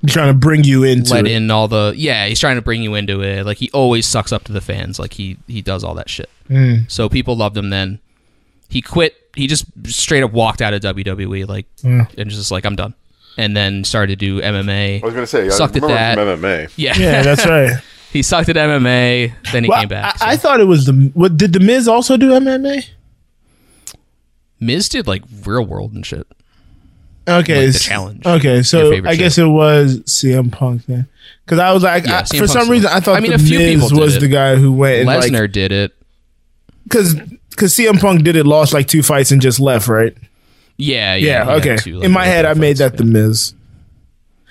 S6: trying to bring you into
S5: let
S6: it.
S5: in all the yeah he's trying to bring you into it like he always sucks up to the fans like he he does all that shit
S6: Hmm.
S5: so people loved him then he quit he just straight up walked out of wwe like and just like i'm done and then started to do mma
S7: I was gonna say,
S5: Sucked
S7: I
S5: at
S7: remember
S5: that.
S7: from MMA.
S5: yeah,
S6: Yeah, that's right.
S5: he sucked at mma then he
S6: Well,
S5: came back
S6: I, I
S5: so.
S6: thought it was the. What did the Miz also do MMA?
S5: miz did like real world and shit
S6: Okay,
S5: Like the
S6: s-
S5: challenge.
S6: Okay, so
S5: favorite
S6: I guess it was CM Punk then, because I was like,
S5: Yeah,
S6: I-
S5: CM
S6: for
S5: Punk's
S6: some
S5: the
S6: reason,
S5: one.
S6: I thought
S5: I mean,
S6: the
S5: a few people
S6: Miz
S5: did
S6: was
S5: it.
S6: the guy who went and
S5: lesnar
S6: like
S5: did it
S6: because because CM Punk did it, lost like two fights and just left, right?
S5: yeah yeah,
S6: Yeah.
S5: he had
S6: okay.
S5: two, like,
S6: In my head, I
S5: fights,
S6: made that the Miz.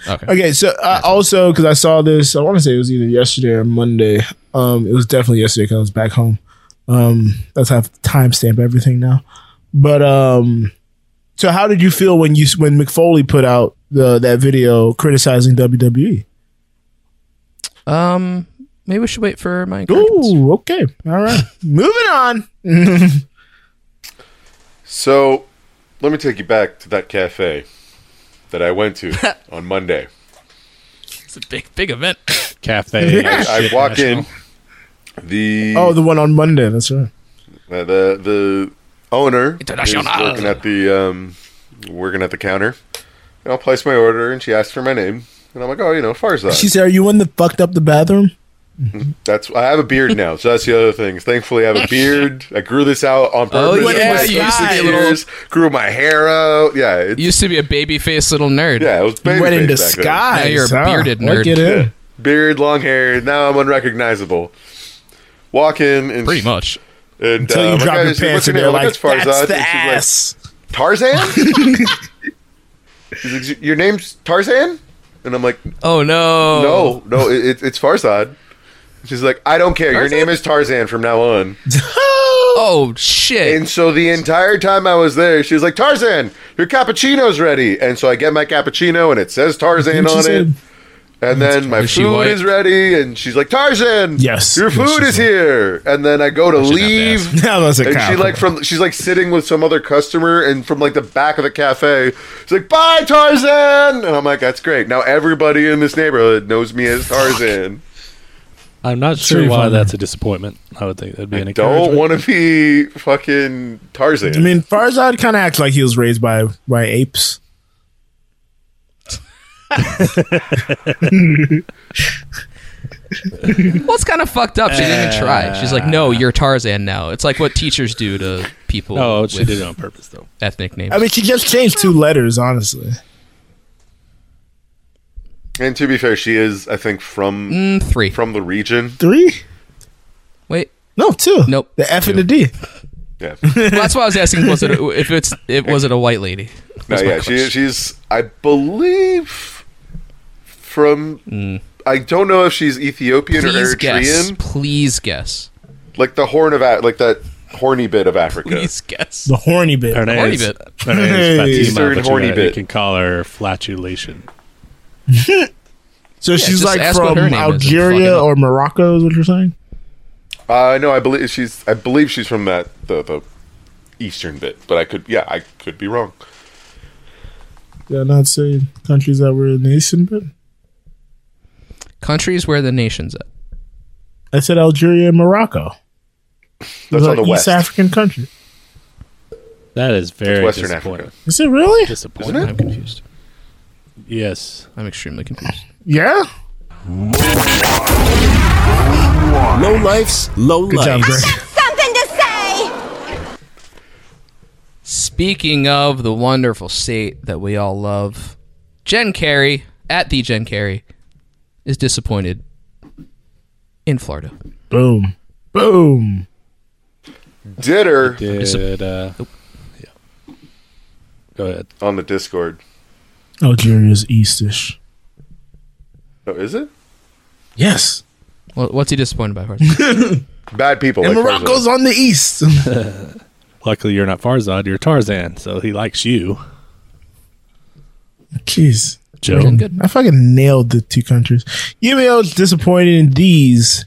S5: yeah. okay.
S6: Okay, so I also because I saw this, I want to say it was either yesterday or Monday. Um, it was definitely yesterday because I was back home. Um, that's how I timestamp everything now. But um, so how did you feel when you when McFoley put out the that video criticizing E? WWE?
S5: um maybe we should wait for my encouragements.
S6: Ooh, okay, all right, moving on.
S7: So let me take you back to that cafe that I went to on Monday.
S5: it's a big big event
S3: Cafe.
S7: I
S3: Shit
S7: walk
S3: National.
S7: in the
S6: Oh, the one on Monday. That's right.
S7: Uh, the the owner
S5: International.
S7: is working at the um, working at the counter. And I'll place my order, and she asks for my name, and I'm like, oh, you know, Farzad.
S6: She said, "Are you in the fucked up the bathroom?"
S7: that's I have a beard now, so that's the other thing. Thankfully, I have a beard. I grew this out on purpose.
S5: Oh, yeah,
S7: It was
S5: you used to be a
S7: 26
S5: little-
S7: years, Grew my hair out. Yeah, it,
S5: used to be a baby faced little nerd
S7: yeah, it was baby
S6: Went in
S7: face back then.
S6: disguise.
S5: Now you're a
S6: huh?
S5: bearded
S6: Look
S5: nerd.
S6: at him.
S7: Yeah. Beard, long hair. Now I'm unrecognizable. Walk in and
S5: pretty much
S7: and,
S6: Until
S7: uh,
S6: you
S7: my
S6: drop
S7: guy
S6: your
S7: is looking
S6: pants and
S7: at me,
S6: they're
S7: I'm
S6: like,
S7: "That's
S6: "That's
S7: Farzad."
S6: the
S7: And
S6: ass."
S7: she's like, Tarzan? He's like, Your name's Tarzan? And I'm like,
S5: Oh no!
S7: no, no, it, it, it's Farzad. She's like, I don't care. Your name is Tarzan from now on.
S5: Oh shit!
S7: And so the entire time I was there, she was like, Tarzan, your cappuccino's ready. And so I get my cappuccino and it says Tarzan
S6: Didn't she
S7: on
S6: say-
S7: it. And then my
S5: Was she
S7: food
S5: white?
S7: is ready, and she's like, Tarzan,
S6: Yes.
S7: your
S6: Yes,
S7: food
S6: she's
S7: is here. And then I go to leave,
S6: That was a
S7: and she
S6: compliment.
S7: like from she's like sitting with some other customer, and from like the back of the cafe, she's like, "Bye, Tarzan," and I'm like, "That's great." Now everybody in this neighborhood knows me as Tarzan.
S3: I'm not sure
S6: Pretty
S3: why
S6: fun.
S3: that's a disappointment. I would think that'd be an
S7: Don't
S3: encouragement.
S7: want to be fucking Tarzan.
S6: I mean, Farzad kind of acts like he was raised by by apes.
S5: Well, it's kind of fucked up. She didn't even try. She's like, "No, you're Tarzan now." It's like what teachers do to people
S3: oh,
S5: with
S3: she did it on purpose though.
S5: ethnic names.
S6: I mean, she just changed two letters, honestly.
S7: and to be fair, she is, I think, from
S5: Mm, three.
S7: from the region.
S6: Three?
S5: Wait,
S6: No, two.
S5: Nope.
S6: The F and the D.
S7: Yeah,
S5: Well, that's why I was asking. Was it if it's it was it a white lady?
S7: no,
S5: That's my
S7: yeah, she,
S5: question.
S7: she's, I believe, from. I don't know if she's Ethiopian
S5: Mm. Please
S7: or Eritrean.
S5: guess. Please guess.
S7: Like the horn of Af- like that horny bit of Africa.
S5: Please guess.
S6: The horny bit.
S3: Her name
S5: Horny
S3: is,
S5: bit.
S3: her name is
S6: Hey.
S3: Fatima,
S7: Eastern
S3: but you
S7: horny
S3: got- You
S7: bit.
S3: can call her flatulation.
S6: So she's
S5: just
S6: like
S5: ask what
S6: from
S5: her name is and fuck
S6: Algeria
S5: it up.
S6: or Morocco, is what you're saying?
S7: Uh, no, I believe she's. I believe she's from that the the eastern bit, but I could. Yeah, I could be wrong.
S6: Yeah, not saying countries that were in the Eastern bit.
S5: Countries where the nation's at.
S6: I said Algeria and Morocco.
S7: That's
S6: Those
S7: on
S6: are
S7: the
S6: East
S7: west.
S6: African country.
S3: That is very
S7: Western
S3: disappointing.
S7: Africa.
S6: Is it really?
S3: Disappointing.
S5: I'm confused.
S3: Yes.
S5: I'm extremely confused.
S6: Yeah.
S8: Low life's low
S6: Good job,
S8: life.
S6: Greg.
S9: Something to say!
S5: Speaking of the wonderful state that we all love, Jen Carey at the Jen Carey is disappointed in Florida.
S6: Boom. Boom.
S7: Did her
S3: Did uh, yeah. Go ahead.
S7: on the Discord.
S6: Algeria's Eastish.
S7: Oh, is it
S6: Yes.
S5: Well, what's he disappointed about?
S7: bad people?
S6: And
S7: like
S6: Morocco's
S7: Tarzan.
S6: on the East.
S3: Luckily, you're not Farzad. You're Tarzan, so he likes you,
S6: Jeez.
S3: Joe.
S5: good.
S6: I fucking nailed the two countries. Yumio is disappointed in these.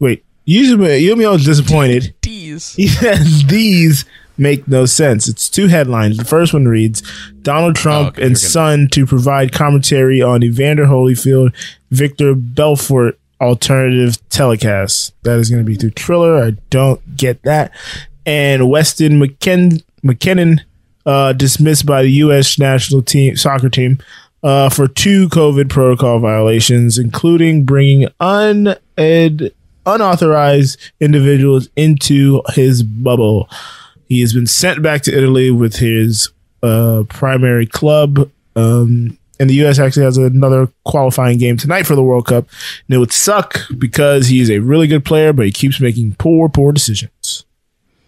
S6: Wait, Yumio Yumio is disappointed.
S5: Tease.
S6: He says these make no sense. It's two headlines. The first one reads Donald Trump
S5: Oh, okay,
S6: and
S5: you're gonna-
S6: son to provide commentary on Evander Holyfield, Victor Belfort alternative telecast. That is going to be through Triller. I don't get that. And Weston McKen- McKinnon uh, dismissed by the U.S. national team soccer team uh, for two COVID protocol violations, including bringing uned, unauthorized individuals into his bubble. He has been sent back to Italy with his uh, primary club. Um, and the U.S. actually has another qualifying game tonight for the World Cup. And it would suck because he's a really good player, but he keeps making poor, poor decisions.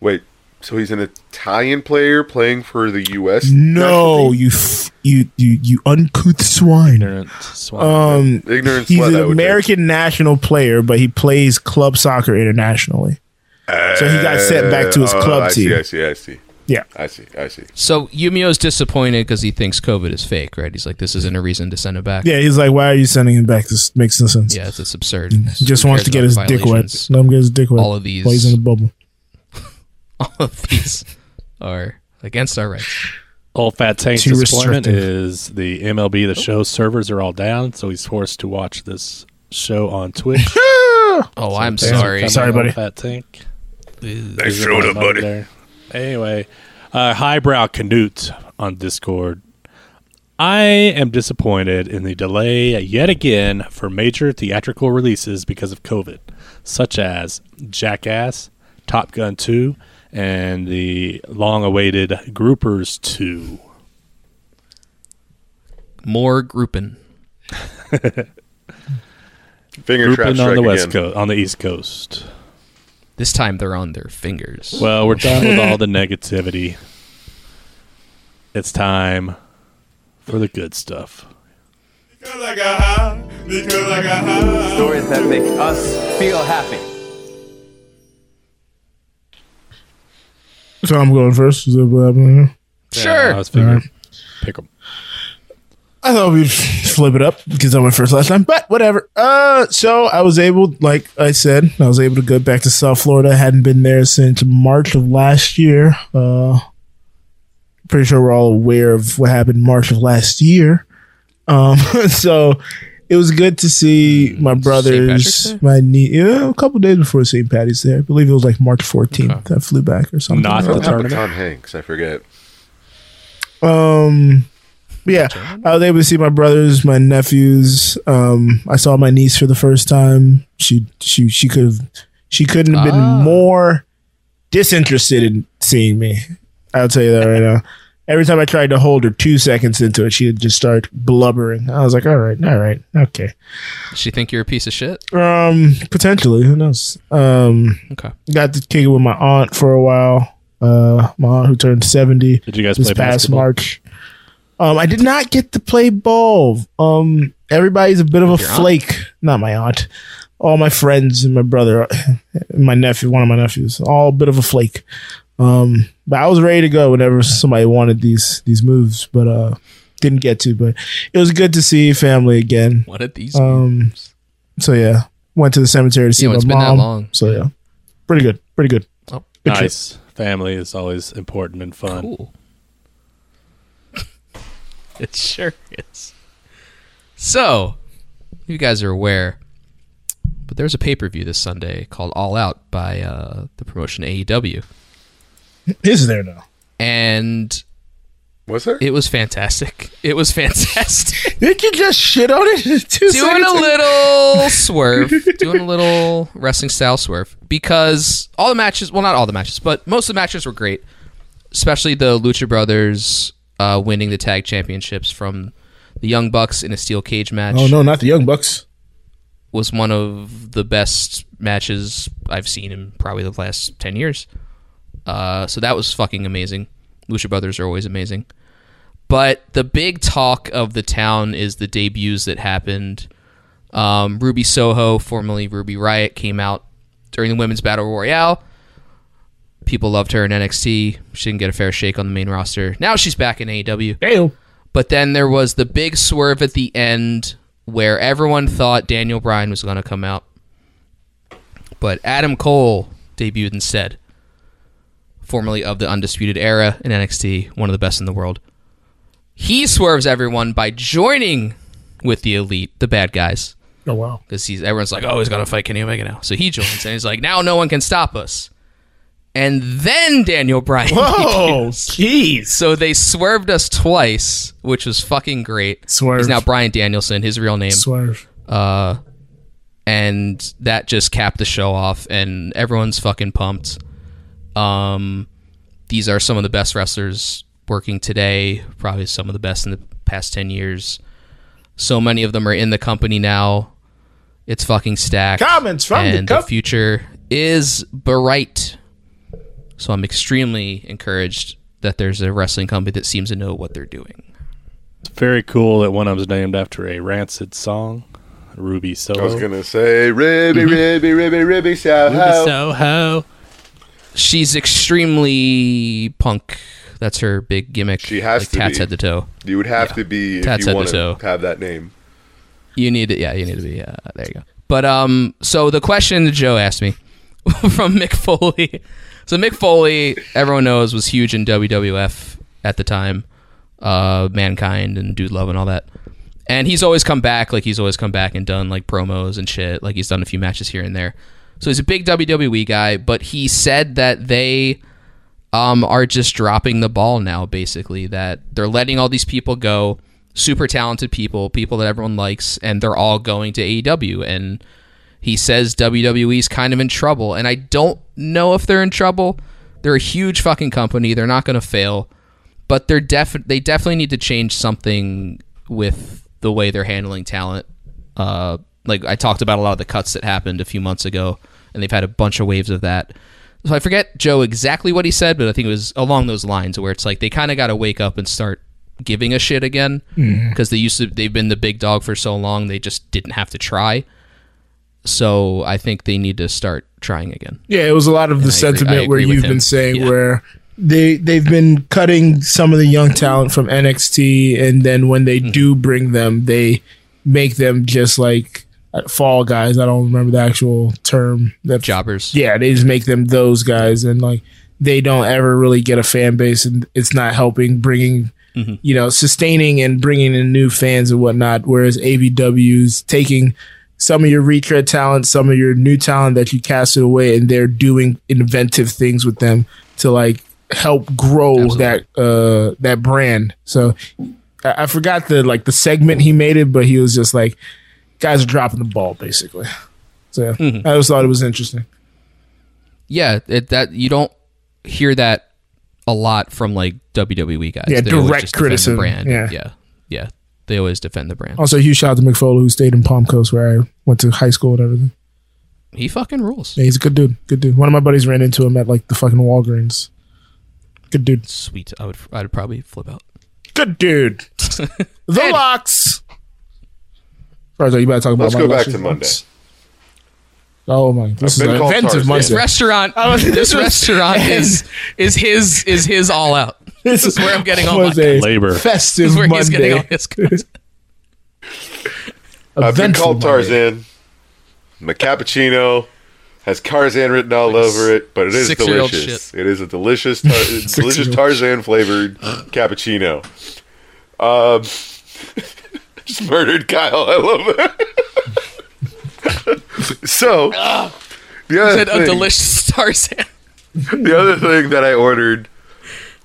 S7: Wait, so he's an Italian player playing for the U.S.
S6: No, you, f- you, you, you uncouth swine.
S3: Ignorant swine.
S6: Um,
S7: ignorance.
S6: He's an American national player, but he plays club soccer internationally. so he got sent back to his club
S7: Uh, I
S6: team.
S7: See, I see. I see.
S6: Yeah.
S7: I see. I see.
S5: So Yumio's disappointed because he thinks COVID is fake, right? He's like, this isn't a reason to send it back.
S6: Yeah, he's like, why are you sending him back? This makes no sense.
S5: Yeah, it's, it's absurd.
S6: He just wants to get his dick wet. Let him get his dick wet.
S5: All of these-
S6: While he's in the bubble.
S5: All of these are against our rights.
S3: Old Fat Tank's
S6: Too
S3: disappointment
S6: restrictive.
S3: is the MLB, the show servers are all down, so he's forced to watch this show on Twitch.
S5: Oh, I'm
S6: Damn.
S5: sorry.
S6: Sorry,
S3: Old
S6: buddy.
S3: Fat Tank. They showed up, buddy. Anyway, uh, Highbrow Canute on Discord. I am disappointed in the delay yet again for major theatrical releases because of COVID, such as Jackass, Top Gun 2, and the long awaited Groupers 2.
S5: More grouping.
S7: Finger trap
S3: Grouping
S7: strike
S3: on the West
S7: again.
S3: Coast, on the East Coast.
S5: This time they're on their fingers.
S3: Well, we're done with all the negativity. It's time for the good stuff.
S10: Stories that make us feel happy.
S6: So I'm going first. Is that what happened here?
S5: sure.
S3: I was figuring. Pick 'em.
S6: I thought we'd flip it up because I went first last time, but whatever. Uh, so I was able, like I said, I was able to go back to South Florida. I hadn't been there since March of last year. Uh, pretty sure we're all aware of what happened March of last year. Um, so it was good to see my
S5: Patrick's
S6: brothers,
S5: Day?
S6: my niece. Yeah, a couple days before St. Patty's Day, I believe it was like March 14th. I flew back or something.
S3: Not the
S7: Something happened
S3: tournament.
S7: with Tom Hanks. I forget.
S6: Um, but yeah, I was able to see my brothers, my nephews. Um, I saw my niece for the first time. She she she could have she couldn't have been more disinterested in seeing me. I'll tell you that right now. Every time I tried to hold her, two seconds into it, she would just start blubbering. I was like, "All right, all right, okay."
S5: Does she think you're a piece of shit?
S6: Um, potentially, who knows? Um,
S5: Okay.
S6: got to kick it with my aunt for a while. Uh, my aunt who turned seventy
S3: Did you guys
S6: this
S3: play
S6: past
S3: basketball?
S6: March. Um, I did not get to play ball. Um, everybody's a bit of a
S5: Your aunt?
S6: flake. Not my aunt. All my friends and my brother, and my nephew, one of my nephews, all a bit of a flake. Um, but I was ready to go whenever somebody wanted these these moves, but uh, didn't get to. But it was good to see family again.
S5: What are these?
S6: Um, so yeah, went to the cemetery to see
S5: Yeah,
S6: my
S5: it's been
S6: mom.
S5: that long.
S6: So yeah, pretty good, pretty good.
S5: Oh,
S6: Good trip.
S3: Nice. Family is always important and fun.
S5: cool. it sure is. So, you guys are aware, but there's a pay per view this Sunday called All Out by uh, the promotion AEW,
S6: Is there now?
S5: and
S7: Was there?
S5: it was fantastic. It was fantastic.
S6: Did you just shit on it? Two
S5: doing a little swerve, doing a little wrestling style swerve because all the matches, well, not all the matches, but most of the matches were great, especially the Lucha Brothers uh, winning the tag championships from the Young Bucks in a steel cage match
S6: Oh no, not the Young Bucks.
S5: was one of the best matches I've seen in probably the last 10 years. Uh, so that was fucking amazing. Lucha Brothers are always amazing. But the big talk of the town is the debuts that happened. Um, Ruby Soho, formerly Ruby Riot, came out during the Women's Battle Royale. People loved her in NXT. She didn't get a fair shake on the main roster. Now she's back in E AEW.
S6: Damn.
S5: But then there was the big swerve at the end where everyone thought Daniel Bryan was going to come out. But Adam Cole debuted instead, formerly of the Undisputed Era in NXT, one of the best in the world. He swerves everyone by joining with the Elite, the bad guys
S6: Oh wow.
S5: because he's everyone's like, oh, he's gonna fight Kenny Omega now. So he joins, and he's like, now no one can stop us. And then Daniel Bryan.
S6: Whoa,
S5: jeez! So they swerved us twice, which was fucking great.
S6: Swerve.
S5: He's now Brian Danielson, his real name,
S6: Swerve.
S5: uh, and that just capped the show off, and everyone's fucking pumped. Um, these are some of the best wrestlers working today, probably some of the best in the past ten years. So many of them are in the company now. It's fucking stacked.
S6: Comments from the
S5: and the,
S6: company.
S5: future is bright. So I'm extremely encouraged that there's a wrestling company that seems to know what they're doing.
S3: Very cool that one of them's named after a rancid song, Ruby Solo.
S7: I was gonna say ribby, ribby, ribby, ribby, soho.
S5: Soho. She's extremely punk. That's her big gimmick.
S7: She has
S5: like
S7: to
S5: tats
S7: be.
S5: head to toe.
S7: You would have to be if
S5: Tats had
S7: you
S5: to
S7: want to
S5: toe.
S7: have that name.
S5: You need to, yeah, you need to be, uh, there you go. But, um, so the question that Joe asked me from Mick Foley. So Mick Foley, everyone knows, was huge in WWF at the time, uh, Mankind and Dude Love and all that. And he's always come back, like he's always come back and done like promos and shit. Like he's done a few matches here and there. So he's a big WWE guy, but he said that they um, are just dropping the ball now, basically, that they're letting all these people go, super talented people, people that everyone likes, and they're all going to AEW. And he says WWE's kind of in trouble. And I don't know if they're in trouble. They're a huge fucking company. They're not going to fail. But they're def- they definitely need to change something with the way they're handling talent. Uh, like I talked about a lot of the cuts that happened a few months ago, and they've had a bunch of waves of that. So I forget Joe exactly what he said, but I think it was along those lines where it's like they kind of got to wake up and start giving a shit again because they used to they've been the big dog for so long they just didn't have to try. So I think they need to start trying again.
S6: Yeah, it was a lot of the
S5: I agree- I
S6: sentiment where
S5: agree with
S6: you've
S5: him.
S6: been saying
S5: Yeah.
S6: where they they've been cutting some of the young talent from NXT, and then when
S5: Mm-hmm.
S6: they do bring them, they make them just like uh, fall guys. I don't remember the actual term. That
S5: Jobbers.
S6: yeah, they just make them those guys, and like they don't ever really get a fan base, and it's not helping bringing. You know, sustaining and bringing in new fans and whatnot, whereas AVW's taking some of your retread talent, some of your new talent that you casted away, and they're doing inventive things with them to like help grow that uh that brand. So I, I forgot the like the segment he made it, but he was just like, guys are dropping the ball basically. So I just thought it was interesting.
S5: Yeah, it, that you don't hear that a lot from like WWE guys.
S6: Yeah,
S5: They always
S6: direct
S5: just defend the
S6: criticism.
S5: brand.
S6: Yeah. Oh.
S5: yeah, yeah. They always defend the brand.
S6: Also, huge shout out to McFolo who stayed in Palm Coast where I went to high school and everything.
S5: He fucking rules.
S6: Yeah, he's a good dude. Good dude. One of my buddies ran into him at like the fucking Walgreens. Good dude.
S5: Sweet, I would I'd probably flip out.
S6: Good dude. the locks. Farzad, you better talk about.
S7: Let's
S6: my
S7: go back
S6: locks.
S7: to Monday.
S6: Oh my! This
S7: been
S6: is
S7: called
S6: offensive,
S7: Tarzan.
S6: Monday.
S5: Restaurant. this restaurant is is his is his all out.
S6: This is
S5: where I'm getting all my
S6: was a
S3: Labor.
S6: Festive
S5: This is where he's
S6: Monday.
S5: getting all his.
S7: I've been
S6: Eventful
S7: called
S6: Monday.
S7: Tarzan. My cappuccino has Tarzan written all over it, but it is
S5: six-year-old
S7: delicious. It is a delicious, tar- delicious
S6: Six-year-old.
S7: Tarzan flavored cappuccino. Um, just murdered Kyle. I love it. so,
S6: Ah.
S7: the other,
S5: A
S7: thing,
S5: delicious Tarzan.
S7: the other thing that I ordered,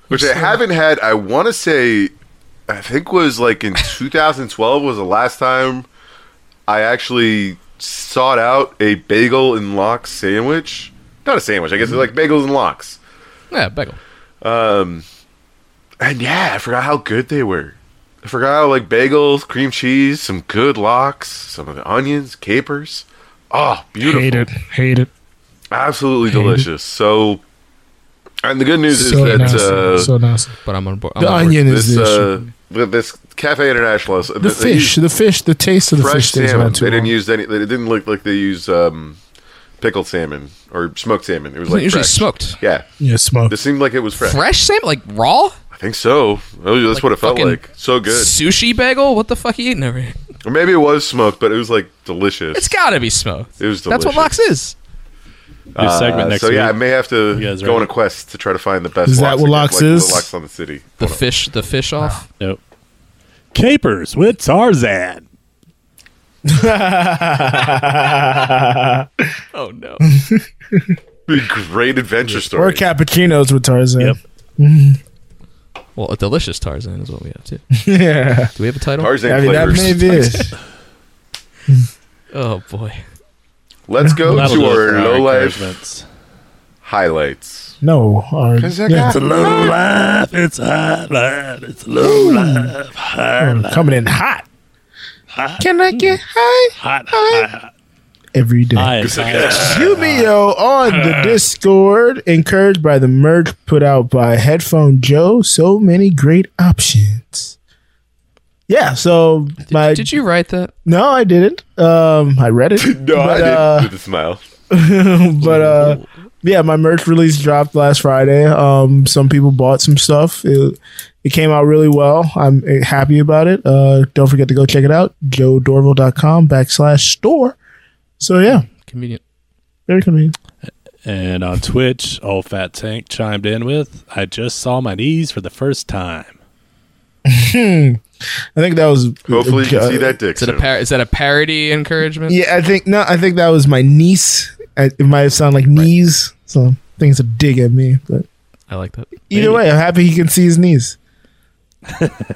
S7: which I haven't had, I want to say, I think was like in 2012 was the last time I actually sought out a bagel and lox sandwich. Not a sandwich, I guess it's
S6: Mm-hmm.
S7: like bagels and lox.
S5: Yeah, bagel.
S7: And yeah, I forgot how good they were. I forgot how like bagels, cream cheese, some good lox, some of the onions, capers. Oh, beautiful.
S6: Hate it. Hate it.
S7: Absolutely delicious. So and the good news
S6: So
S7: is that
S6: nasty.
S7: uh,
S6: so nasty.
S5: But I'm on board. I'm
S6: The
S5: on board.
S6: onion is
S7: this
S6: the
S7: uh,
S6: issue.
S7: with this Cafe International
S6: The fish. The fish. The taste of the
S7: fresh
S6: fish stays
S7: salmon.
S6: around too
S7: They didn't
S6: long.
S7: use any. It didn't look like they used um, pickled salmon or smoked salmon. It was
S5: Isn't
S7: like
S5: it usually
S7: fresh.
S5: smoked.
S7: Yeah,
S6: Yeah, smoke.
S7: this seemed like it was fresh.
S5: Fresh salmon, like raw
S7: I think so. Oh, that's
S5: Like
S7: what it felt
S5: fucking
S7: like. So good.
S5: sushi bagel. What the fuck you eating over here?
S7: Or maybe it was smoked, but it was like delicious.
S5: It's gotta be smoked.
S7: It was
S5: That's what
S7: delicious.
S5: lox is.
S3: New segment
S7: Uh,
S3: next
S7: so yeah, I
S3: week.
S7: may have to
S3: You guys
S7: go on
S3: ready?
S7: a quest to try to find the best.
S6: Is that what
S7: lox
S6: lox
S7: again,
S6: is?
S7: Like, the lox on the city.
S5: The fish, the fish off.
S3: Nope. Capers with Tarzan.
S5: Oh no.
S7: It'd be a great adventure story.
S6: Or cappuccinos with Tarzan.
S3: Yep.
S5: Well, a delicious Tarzan is what we have too.
S6: Yeah.
S5: Do we have a title?
S7: Tarzan
S6: I mean that
S7: flavors.
S6: may be it.
S5: Oh boy.
S7: Let's go
S3: That'll
S7: to
S3: do it
S7: our
S3: for our
S7: low life
S3: encouragements.
S7: highlights.
S6: No. Our, yeah,
S3: Low life, it's high life, it's low life, high life,
S6: um, coming in hot. Can I get high
S3: hot, high, high,
S6: every day?
S3: high, and high.
S6: Yu-Gi-Oh on the Discord, encouraged by the merch put out by Headphone Joe. So many great options. Yeah, so my
S5: Did you write that?
S6: no, I didn't. Um, I read it.
S7: No, I
S6: but,
S7: didn't
S6: uh,
S7: do the smile.
S6: but uh, yeah, my merch release dropped last Friday. Um, some people bought some stuff. It, it came out really well. I'm uh, happy about it. Uh, don't forget to go check it out. JoeDorville.com backslash store. So yeah,
S5: Convenient.
S6: very convenient.
S3: And on Twitch, old fat tank chimed in with, "I just saw my knees for the first time."
S6: I think that was uh,
S7: Hopefully, you can see that dick.
S5: Is, it a
S7: soon.
S5: par- is that a parody encouragement?
S6: Yeah, I think no. I think that was my niece. I, it might have sounded like knees. So things a dig at me, but
S5: I like that.
S6: either way, I'm happy he can see his knees.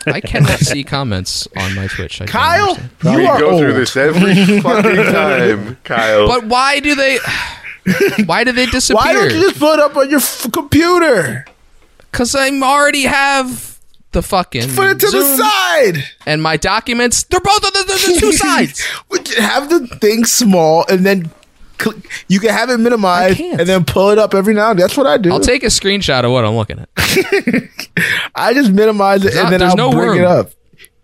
S5: I cannot see comments on my Twitch. I don't
S6: Kyle,
S5: understand.
S6: you
S7: we
S6: are
S7: go
S6: old.
S7: through this every fucking time, Kyle.
S5: But why do they? Why do they disappear?
S6: Why don't you just put it up on your f- computer?
S5: Because I already have the fucking
S6: Put it to the
S5: Zoom
S6: side.
S5: and my documents. They're both on the, the, the two sides.
S6: Would you have the thing small and then cl- you can have it minimized
S5: can't.
S6: and then pull it up every now and then. That's what I do.
S5: I'll take a screenshot of what I'm looking at.
S6: I just minimize it
S5: not-
S6: and then
S5: there's
S6: I'll
S5: no
S6: bring
S5: room.
S6: it up.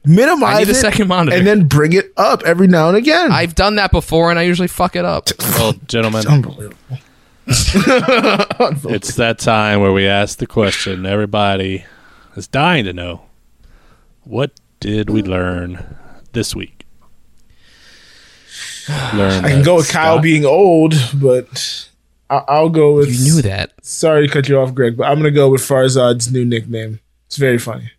S6: Minimize
S5: I need
S6: it
S5: a second monitor.
S6: and then bring it up every now and again.
S5: I've done that before, and I usually fuck it up.
S3: Well, gentlemen,
S6: Unbelievable.
S3: It's that time where we ask the question everybody is dying to know. What did we learn this week? Learn
S6: I can
S3: that
S6: go with Kyle
S3: Scott-
S6: being old, but I- I'll go with.
S5: You knew that.
S6: Sorry to cut you off, Greg, but I'm gonna go with Farzad's new nickname. It's very funny.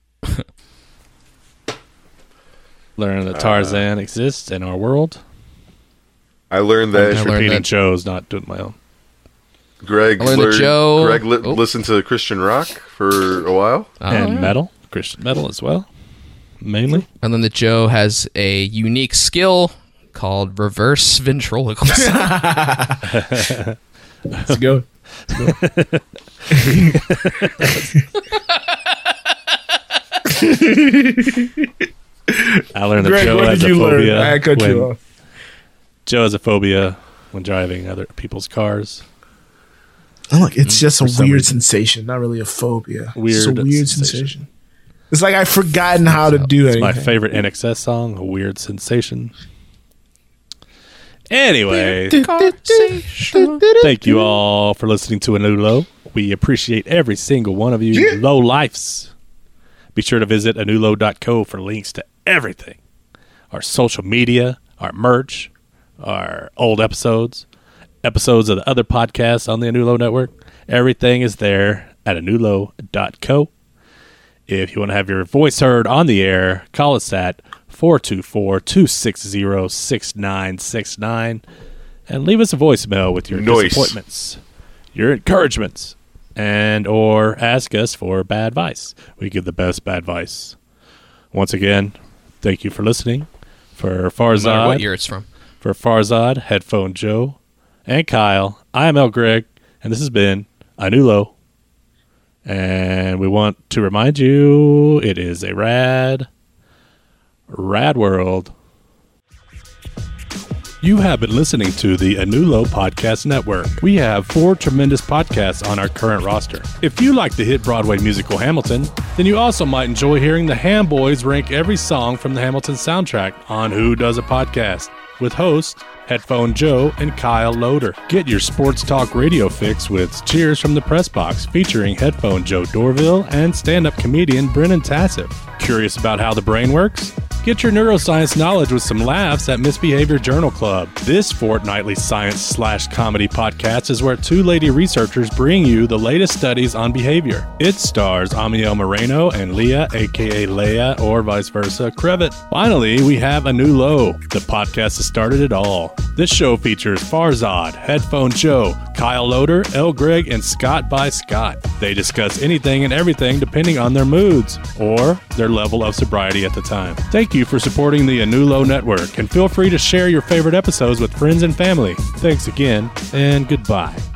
S3: learn that
S5: Uh,
S3: Tarzan exists in our world.
S7: I learned that
S5: I learned
S3: Repeating
S5: that-
S3: shows, not doing my own.
S7: Greg
S5: I learned that
S7: learned-
S5: Joe-
S7: Greg li-
S5: Oh.
S7: listened to Christian rock for a while.
S5: Uh,
S3: and metal, Christian metal as well, mainly.
S5: And then that Joe has a unique skill called reverse ventriloquism.
S6: Let's go.
S3: I learned that
S6: Greg,
S3: Joe
S6: what
S3: has
S6: did
S3: a
S6: you learn?
S3: phobia.
S6: I cut you
S3: when-
S6: off.
S3: Joe has a phobia when driving other people's cars.
S6: And look, it's just a
S3: Mm-hmm. some
S6: weird
S3: reason.
S6: sensation, not really a phobia. it's just
S3: Weird
S6: a weird
S3: sensation.
S6: sensation. It's like I've forgotten how to do anything.
S3: My favorite NXS song, a weird sensation. Anyway, thank you all for listening to Anulo. We appreciate every single one of you, low lifes. Be sure to visit anulo.co for links to everything our social media, our merch, our old episodes, episodes of the other podcasts on the Anulo network. Everything is there at anulo.co. If you want to have your voice heard on the air, call us at 424 260 6969 and leave us a voicemail with your
S7: Nice.
S3: disappointments, your encouragements, and or ask us for bad advice. We give the best bad advice. Once again, thank you for listening. For
S5: no matter what
S3: Farzad,
S5: year it's from.
S3: for Farzad, Headphone Joe, and Kyle, I am El Greg, and this has been Anulo. And we want to remind you it is a rad, rad world. You have been listening to the Anulo Podcast Network. We have four tremendous podcasts on our current roster. If you like the hit Broadway musical Hamilton, then you also might enjoy hearing the Ham Boys rank every song from the Hamilton soundtrack on Who Does a Podcast with hosts Headphone Joe and Kyle Loader. Get your sports talk radio fix with Cheers from the Press Box featuring Headphone Joe Dorville and stand up comedian Brennan Tassif. Curious about how the brain works? Get your neuroscience knowledge with some laughs at Misbehavior Journal Club. This fortnightly science slash comedy podcast is where two lady researchers bring you the latest studies on behavior. It stars Amiel Moreno and Leah, aka Leia, or vice versa, Crevit. Finally, we have a new low. The podcast has started it all. This show features Farzad, Headphone Joe, Kyle Loader, L. Greg, and Scott by Scott. They discuss anything and everything depending on their moods or their level of sobriety at the time. Thank you for supporting the Anulo Network and feel free to share your favorite episodes with friends and family. Thanks again and goodbye.